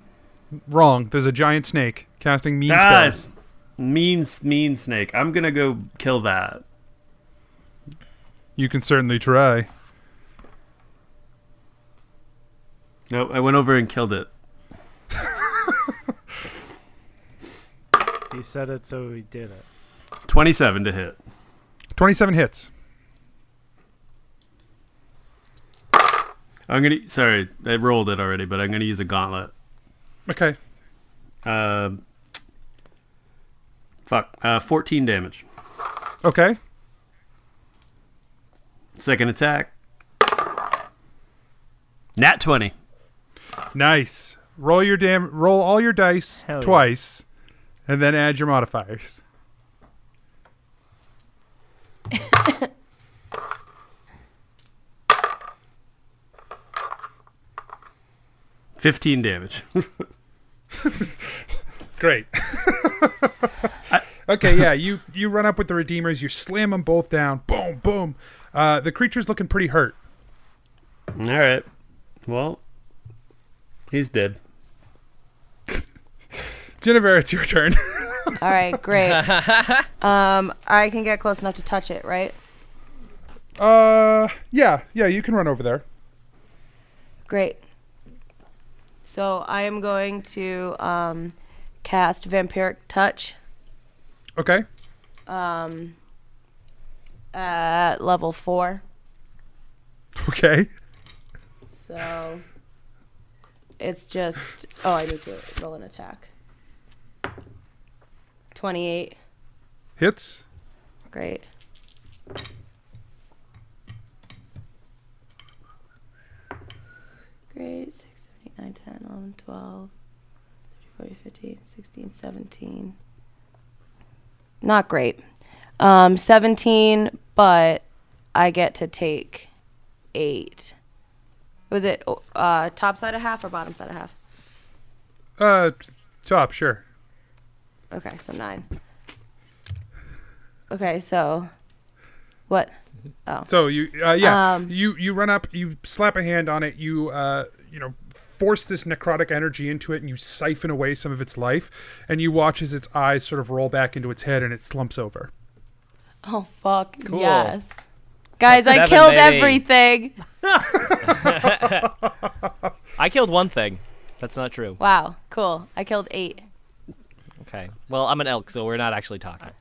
S1: Wrong. There's a giant snake casting mean
S8: Ah,
S1: spells.
S8: mean, mean snake. I'm gonna go kill that.
S1: You can certainly try.
S8: No, I went over and killed it.
S3: He said it, so he did it.
S8: Twenty-seven to hit.
S1: Twenty-seven hits.
S8: I'm gonna. Sorry, I rolled it already, but I'm gonna use a gauntlet.
S1: Okay.
S8: Um, fuck. Uh, fourteen damage.
S1: Okay.
S8: Second attack. Nat twenty.
S1: Nice. Roll your damn. Roll all your dice
S3: yeah.
S1: twice, and then add your modifiers.
S8: Fifteen damage.
S1: Great. okay, yeah, you you run up with the redeemers, you slam them both down, boom, boom. Uh, the creature's looking pretty hurt.
S8: All right. Well, he's dead.
S1: Jennifer, it's your turn.
S4: All right, great. um, I can get close enough to touch it, right?
S1: (laughs) uh, yeah, yeah, you can run over there.
S4: Great. So I am going to um, cast Vampiric Touch
S1: Okay,
S4: um, at level four.
S1: okay.
S4: So it's just. Oh, I need to roll an attack. 28.
S1: Hits.
S4: Great. Great. 6, 7, 8, 9, 10, 11, 12, 13, 14, 15, 16, 17. Not great. Um, 17, but I get to take 8. Was it uh, top side of half or bottom side of half?
S1: Uh, t- top, sure.
S4: Okay, so 9. Okay, so what? Oh.
S1: So you, uh, yeah, you you run up, you slap a hand on it, you uh, you know, force this necrotic energy into it, and you siphon away some of its life, and you watch as its eyes sort of roll back into its head, and it slumps over.
S4: (laughs) Oh fuck.
S2: Cool.
S4: Yes. Guys, I
S2: Seven,
S4: killed
S2: baby.
S4: (laughs) everything.
S2: I killed one thing. That's not true.
S4: wow, cool. I killed 8.
S2: Okay. Well, I'm an elk, so we're not actually talking.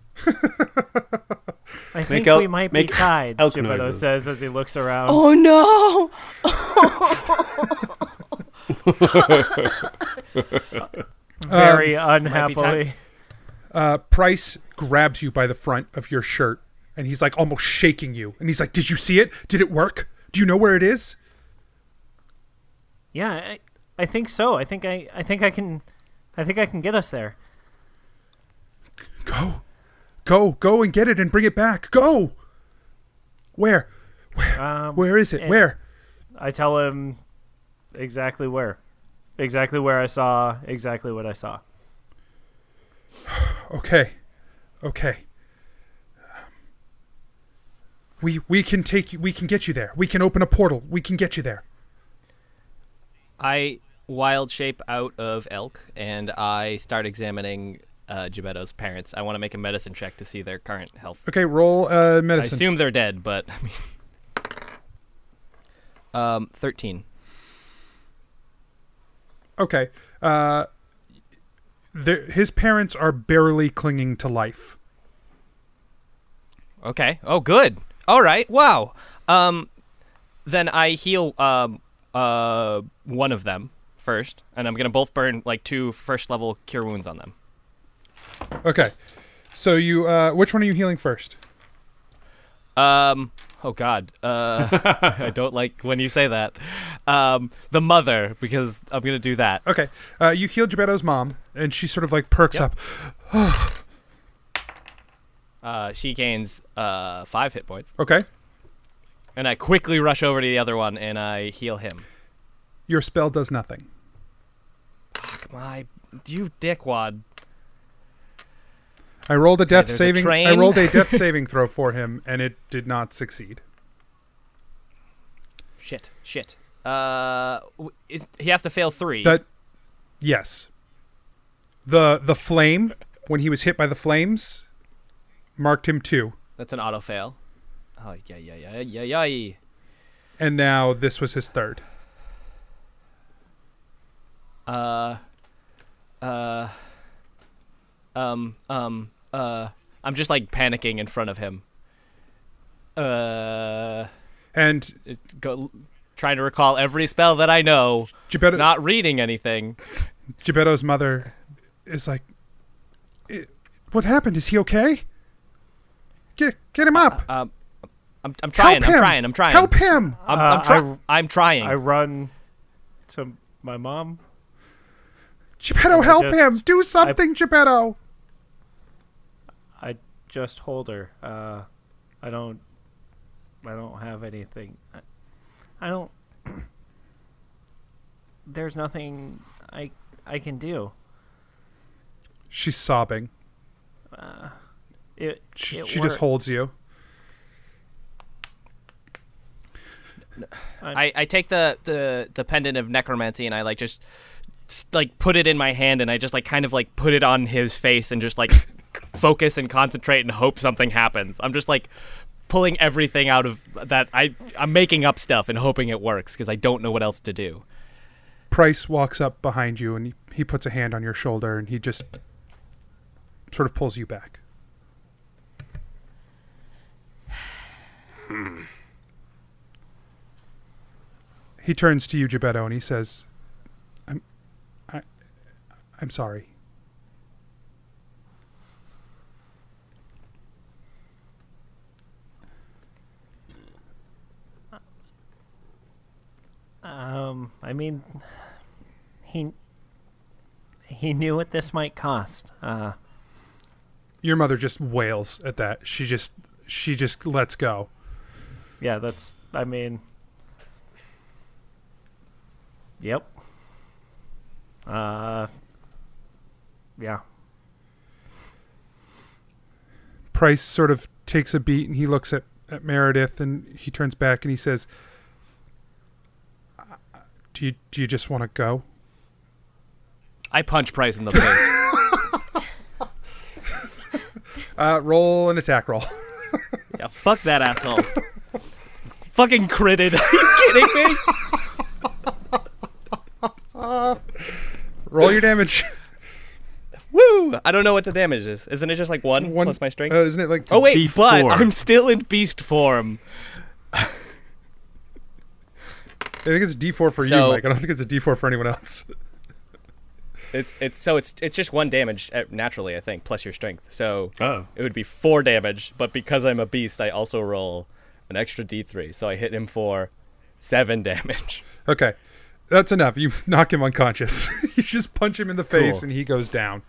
S3: I think we might be tied, Gibetto says as he looks around.
S4: Oh no.
S3: Very
S1: Um,
S3: unhappily.
S1: Uh, Price grabs you by the front of your shirt, and he's like almost shaking you, and he's like, "Did you see it? Did it work? Do you know where it is?"
S3: Yeah, I, I think so. I think I, I think I can, I think I can get us there.
S1: Go, go, go, and get it, and bring it back. Go. Where?
S3: Um,
S1: Where is it?
S3: and
S1: Where?
S3: I tell him exactly where, exactly where I saw, exactly what I saw.
S1: Okay, okay. We we can take you. We can get you there. We can open a portal. We can get you there.
S2: I wild shape out of elk and I start examining uh, Gebetto's parents. I want to make a medicine check to see their current health.
S1: Okay, roll uh, medicine.
S2: I assume they're dead, but I mean, um, thirteen.
S1: Okay. Uh, there, his parents are barely clinging to life.
S2: Okay. Oh, good. All right. Wow. Um, then I heal um uh one of them first, and I'm gonna both burn like two first level cure wounds on them.
S1: Okay. So you, uh, which one are you healing first?
S2: Um. Oh God. Uh, (laughs) I don't like when you say that. Um, the mother, because I'm gonna do that.
S1: Okay. Uh, you heal Gebetto's mom, and she sort of like perks up.
S2: Uh, she gains uh five hit points,
S1: okay.
S2: and I quickly rush over to the other one and I heal him.
S1: Your spell does nothing.
S2: Fuck my, you dickwad.
S1: I rolled a death
S2: there's a
S1: saving. I
S2: train.
S1: rolled a
S2: (laughs)
S1: death saving throw for him, and it did not succeed.
S2: Shit. Shit. Uh, w- is he has to fail three?
S1: That, yes. The the flame when he was hit by the flames, marked him two,
S2: That's an auto fail. Oh yeah yeah yeah yeah yeah.
S1: and now this was his third.
S2: uh, uh, um, um, uh, I'm just like panicking in front of him. Uh,
S1: and
S2: go, trying to recall every spell that I know,
S1: Gebetto-
S2: not reading anything.
S1: Gebetto's mother is like, "I- "What happened? Is he okay? Get get him up!
S2: Um, I'm, I'm trying.
S1: Help
S2: I'm
S1: him!
S2: trying. I'm trying.
S1: Help him!
S2: I'm,
S3: Uh,
S2: I'm, try-
S3: I-
S2: I'm trying.
S3: I run to my mom.
S1: Geppetto,
S3: I
S1: help
S3: just-
S1: him! Do something, Geppetto!"
S3: I just hold her. Uh, I don't. I don't have anything. I, I don't. (clears throat) There's nothing I I can do.
S1: She's sobbing.
S3: Uh, it.
S1: She,
S3: it
S1: she just holds you.
S2: I, I take the, the, the pendant of necromancy and I like just s- like put it in my hand and I just like kind of like put it on his face and just like (laughs) focus and concentrate and hope something happens. I'm just like pulling everything out of that I I'm making up stuff and hoping it works because I don't know what else to do.
S1: Price walks up behind you and he, he puts a hand on your shoulder and he just sort of pulls you back. He turns to you, Gebetto, and he says, "I'm, I, I'm sorry."
S3: Um, I mean, he he knew what this might cost. Uh,
S1: Your mother just wails at that. She just she just lets go.
S3: yeah, that's. I mean, yep. Uh, yeah.
S1: Price sort of takes a beat and he looks at, at Meredith and he turns back and he says, "Do you do you just want to go?"
S2: I punch Price in the face.
S1: Uh, roll an attack roll.
S2: yeah, fuck that asshole. Fucking critted. (laughs) Are you kidding me?
S1: (laughs) roll your (laughs) damage.
S2: Woo! I don't know what the damage is. Isn't it just like one, plus my strength?
S1: uh, isn't it like
S2: Oh wait,
S1: D4?
S2: but I'm still in beast form.
S1: I think it's a D4 for
S2: So-
S1: you, Mike. I don't think it's a D4 for anyone else. (laughs)
S2: It's it's so it's it's just one damage uh, naturally, I think, plus your strength. So it would be four damage, but because I'm a beast, I also roll an extra d3. So I hit him for seven (laughs) damage.
S1: Okay, that's enough. You (laughs) knock him unconscious. (laughs) you just punch him in the face
S2: Cool.
S1: and he goes down.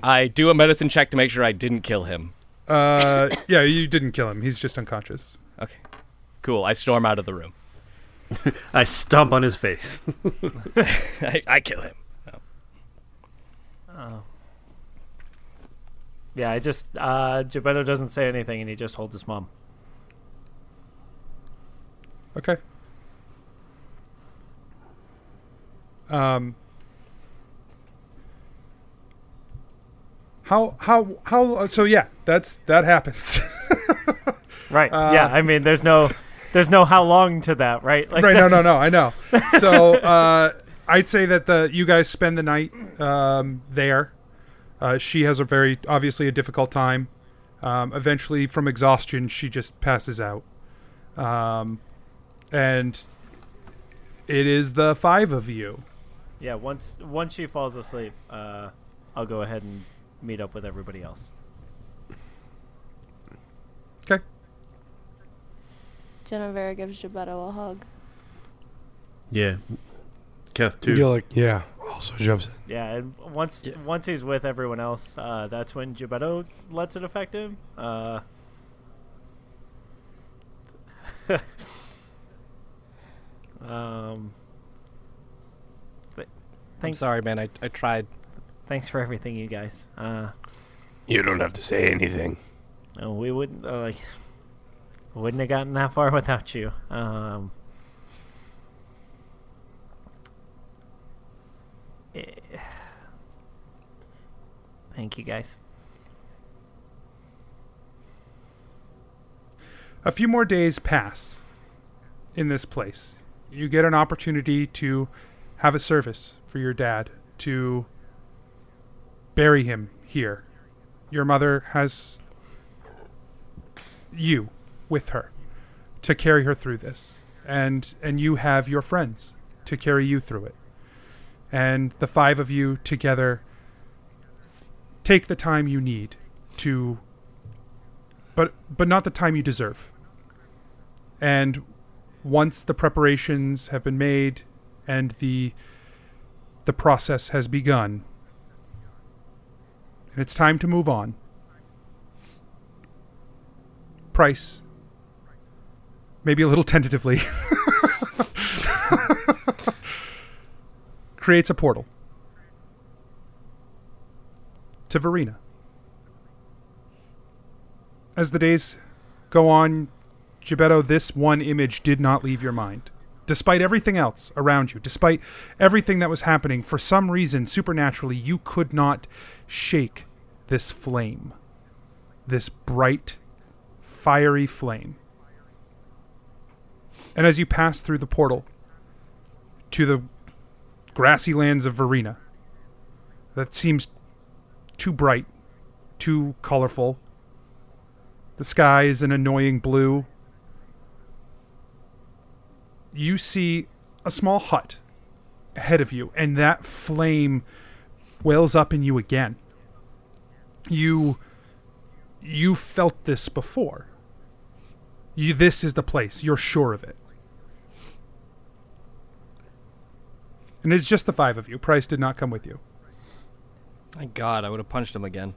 S2: I do a medicine check to make sure I didn't kill him.
S1: Uh, yeah, you didn't kill him. He's just unconscious.
S2: Okay, cool. I storm out of the room. (laughs)
S8: I stomp on his face.
S2: I, I kill him.
S3: Oh. Yeah, I just uh Gebetto doesn't say anything and he just holds his mom.
S1: Okay. Um. How how how? uh, So yeah, that's that happens. (laughs)
S3: Right.
S1: Uh,
S3: yeah, I mean there's no there's no how long to that, right?
S1: right? No, no,
S3: that's-
S1: no. I know. So uh, I'd say that the you guys spend the night um, there. Uh, she has a very obviously a difficult time. Um, eventually, from exhaustion, she just passes out. Um, and it is the five of you.
S3: (laughs) Yeah, once once she falls asleep, uh I'll go ahead and meet up with everybody else.
S4: Jennifer gives Gebetto a hug.
S8: Yeah. Kef too.
S5: Gillick, yeah, also jumps in.
S3: Yeah, and once once he's with everyone else, uh that's when Gebetto lets it affect him. Uh (laughs) Um but
S2: I'm
S3: thanks
S2: sorry, man. I, I tried.
S3: thanks for everything you guys. Uh
S9: You don't have to say anything.
S3: No, we wouldn't uh, like wouldn't have gotten that far (laughs) without you. Um, eh, thank you guys.
S1: A few more days pass in this place. You get an opportunity to have a service for your dad to bury him here. Your mother has you with her to carry her through this. And and you have your friends to carry you through it. And the five of you together take the time you need to but but not the time you deserve. And once the preparations have been made and the the process has begun, and it's time to move on. Price, maybe a little tentatively, (laughs) creates a portal to Verena as the days go on, Gibetto, this one image did not leave your mind. Despite everything else around you, despite everything that was happening, for some reason, supernaturally, you could not shake this flame. This bright, fiery flame. And as you pass through the portal to the grassy lands of Verena, that seems too bright, too colorful, the sky is an annoying blue. You see a small hut ahead of you, and that flame wells up in you again. You you felt this before. You this is the place, you're sure of it. And it's just the five of you. Price did not come with you.
S2: Thank God, I would have punched him again.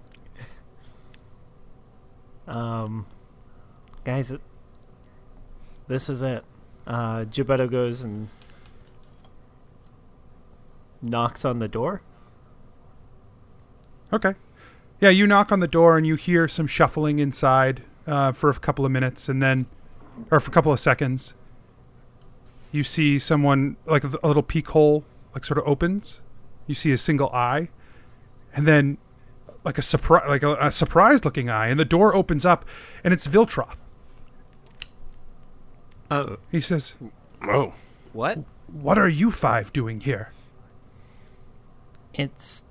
S3: Um, guys, it, this is it. Uh, Gebetto goes and knocks on the door.
S1: Okay. Yeah, you knock on the door and you hear some shuffling inside uh, for a couple of minutes, and then, or for a couple of seconds, you see someone like a little peek hole, like sort of opens. You see a single eye, and then like a surprise, like a, a surprised looking eye, and the door opens up, and it's Viltroth.
S8: Oh.
S1: He says,
S8: "Oh,
S2: what?
S1: What are you five doing here?"
S3: It's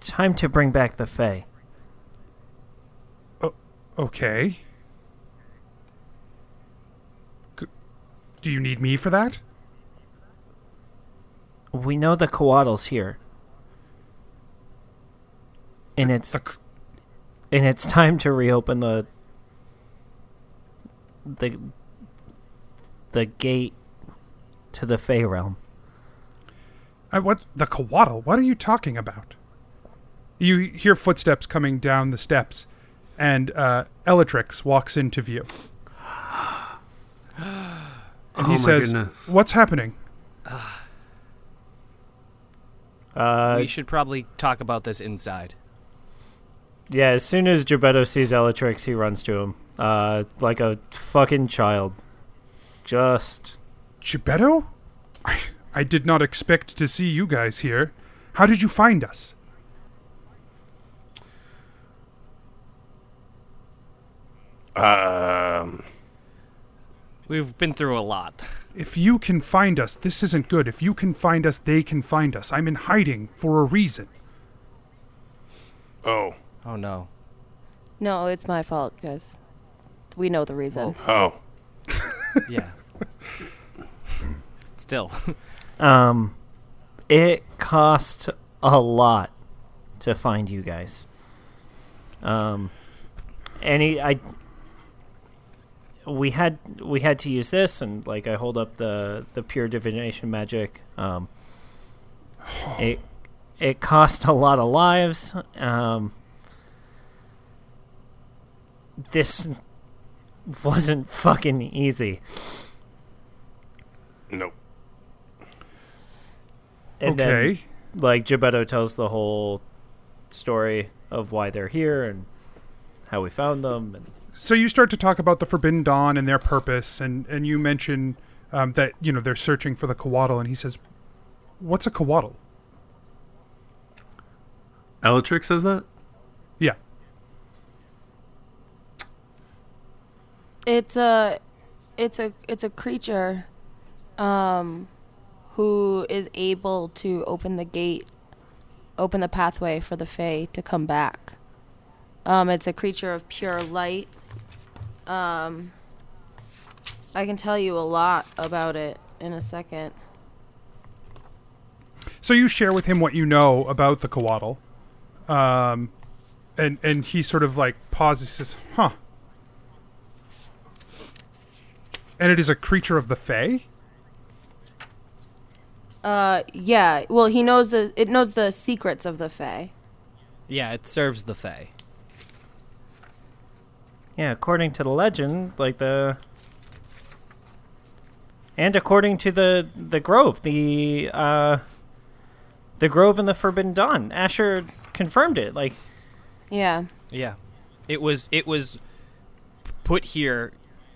S3: time to bring back the Fae.
S1: O- okay. C- do you need me for that?
S3: We know the Coattle's here. And it's and it's time to reopen the the the gate to the Fey realm.
S1: I, what the Coatl? What are you talking about? You hear footsteps coming down the steps, and uh, Elatrix walks into view. And
S8: Oh my
S1: he says,
S8: goodness.
S1: "What's happening?"
S3: Uh,
S2: we should probably talk about this inside.
S3: yeah, as soon as Gebetto sees Elatrix, he runs to him uh, like a fucking child. Just
S1: Gebetto? I, I did not expect to see you guys here. How did you find us?
S8: Um,
S2: We've been through a lot. (laughs)
S1: If you can find us, this isn't good. If you can find us, they can find us. I'm in hiding for a reason.
S8: Oh.
S2: Oh no.
S4: No, it's my fault, guys. We know the reason.
S8: Oh.
S2: yeah. Still.
S3: um, it cost a lot to find you guys. Um, any I we had we had to use this and like I hold up the the pure divination magic. Um, it it cost a lot of lives. Um, this wasn't fucking easy.
S8: Nope.
S3: And then,
S1: Okay.
S3: like Gebetto tells the whole story of why they're here and how we found them. And
S1: So you start to talk about the Forbidden Dawn and their purpose, and, and you mention um, that, you know, they're searching for the Coatl, and he says, What's a Coatl?
S8: Elatrix says that?
S1: Yeah.
S4: It's a, it's a, it's a creature, um, who is able to open the gate, open the pathway for the Fae to come back. Um, it's a creature of pure light. Um, I can tell you a lot about it in a second.
S1: So you share with him what you know about the Coatl, um, and, and he sort of like pauses, says, Huh. And it is a creature of the Fae?
S4: Uh, yeah. Well, he knows the it knows the secrets of the Fae.
S2: Yeah, it serves the Fae.
S3: yeah, according to the legend, like the and according to the the grove, the uh the grove and the Forbidden Dawn, Asher confirmed it. Like
S4: Yeah.
S2: Yeah. It was it was put here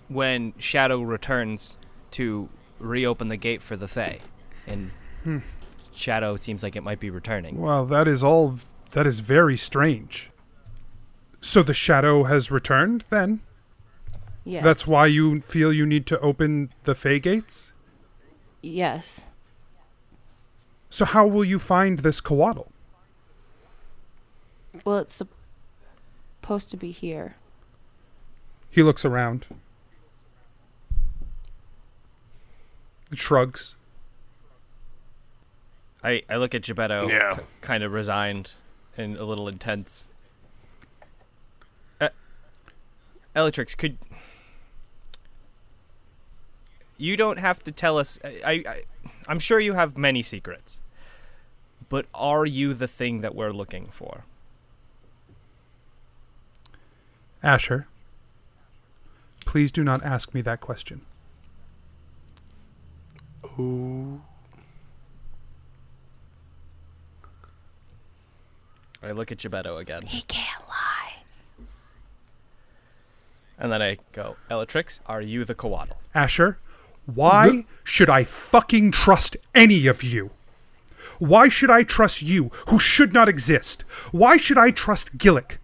S2: when Shadow returns to reopen the gate for the Fae. And
S1: Hmm.
S2: Shadow seems like it might be returning.
S1: Well, that is all. v- That is very strange. So the shadow has returned, then?
S4: Yes.
S1: That's why you feel you need to open the Fey gates?
S4: Yes.
S1: So how will you find this Coatl?
S4: Well, it's sup- supposed to be here.
S1: He looks around. Shrugs.
S2: I, I look at Gebetto,
S8: Yeah.
S2: kind of resigned and a little intense. Uh, Elatrix, could you don't have to tell us? I, I I'm sure you have many secrets, but are you the thing that we're looking for?
S1: Asher, please do not ask me that question.
S8: Ooh.
S2: I look at Gebetto again.
S4: He can't lie.
S2: And then I go, Elatrix, are you the Coatl?
S1: Asher, why should I fucking trust any of you? Why should I trust you, who should not exist? Why should I trust Gillick,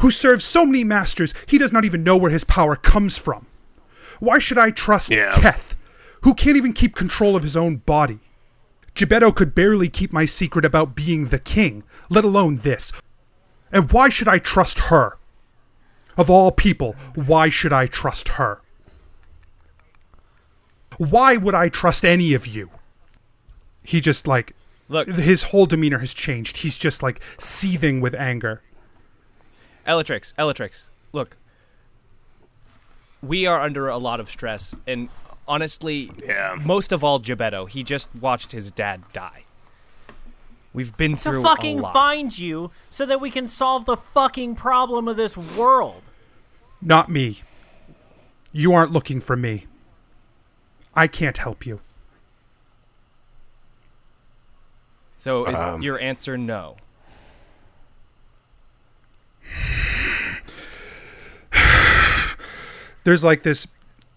S1: who serves so many masters he does not even know where his power comes from? Why should I trust Keth, who can't even keep control of his own body? Gebetto could barely keep my secret about being the king, let alone this. And why should I trust her? Of all people, why should I trust her? Why would I trust any of you? He just like
S2: look. (laughs)
S1: His whole demeanor has changed. He's just like seething with anger.
S2: Elatrix, Elatrix, look. We are under a lot of stress, and honestly, most of all, Gebetto. He just watched his dad die. We've been
S3: to
S2: through
S3: fucking
S2: a lot.
S3: find you so that we can solve the fucking problem of this world.
S1: Not me. You aren't looking for me. I can't help you.
S2: so is
S1: Um.
S2: your answer no?
S1: There's like this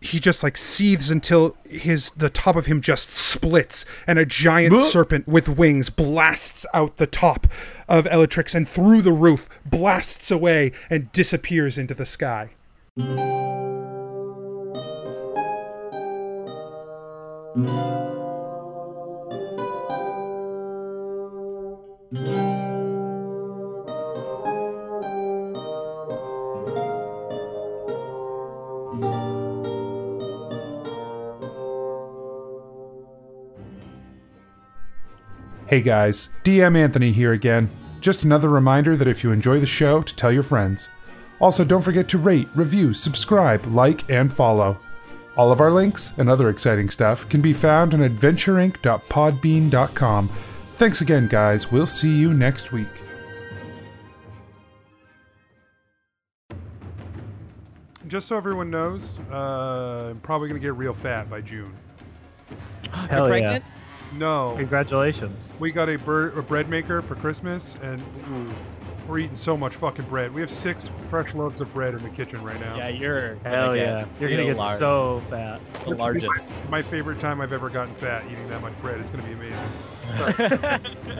S1: he just like seethes until his the top of him just splits and a giant
S7: Buh.
S1: serpent with wings blasts out the top of Elatrix and through the roof blasts away and disappears into the sky. Hey guys, DM Anthony here again. Just another reminder that if you enjoy the show, to tell your friends. Also, don't forget to rate, review, subscribe, like, and follow. All of our links and other exciting stuff can be found on adventureinc.podbean.com. Thanks again, guys. We'll see you next week. Just so everyone knows, uh, I'm probably going to get real fat by June.
S11: (gasps) Hell yeah.
S1: No.
S11: Congratulations.
S1: We got a, bur- a bread maker for Christmas, and ooh, we're eating so much fucking bread. We have six fresh loaves of bread in the kitchen right now.
S11: Yeah, you're Hell yeah. You're going to get so fat.
S1: This will be My, my favorite time I've ever gotten fat eating that much bread. It's going to be amazing. Sorry.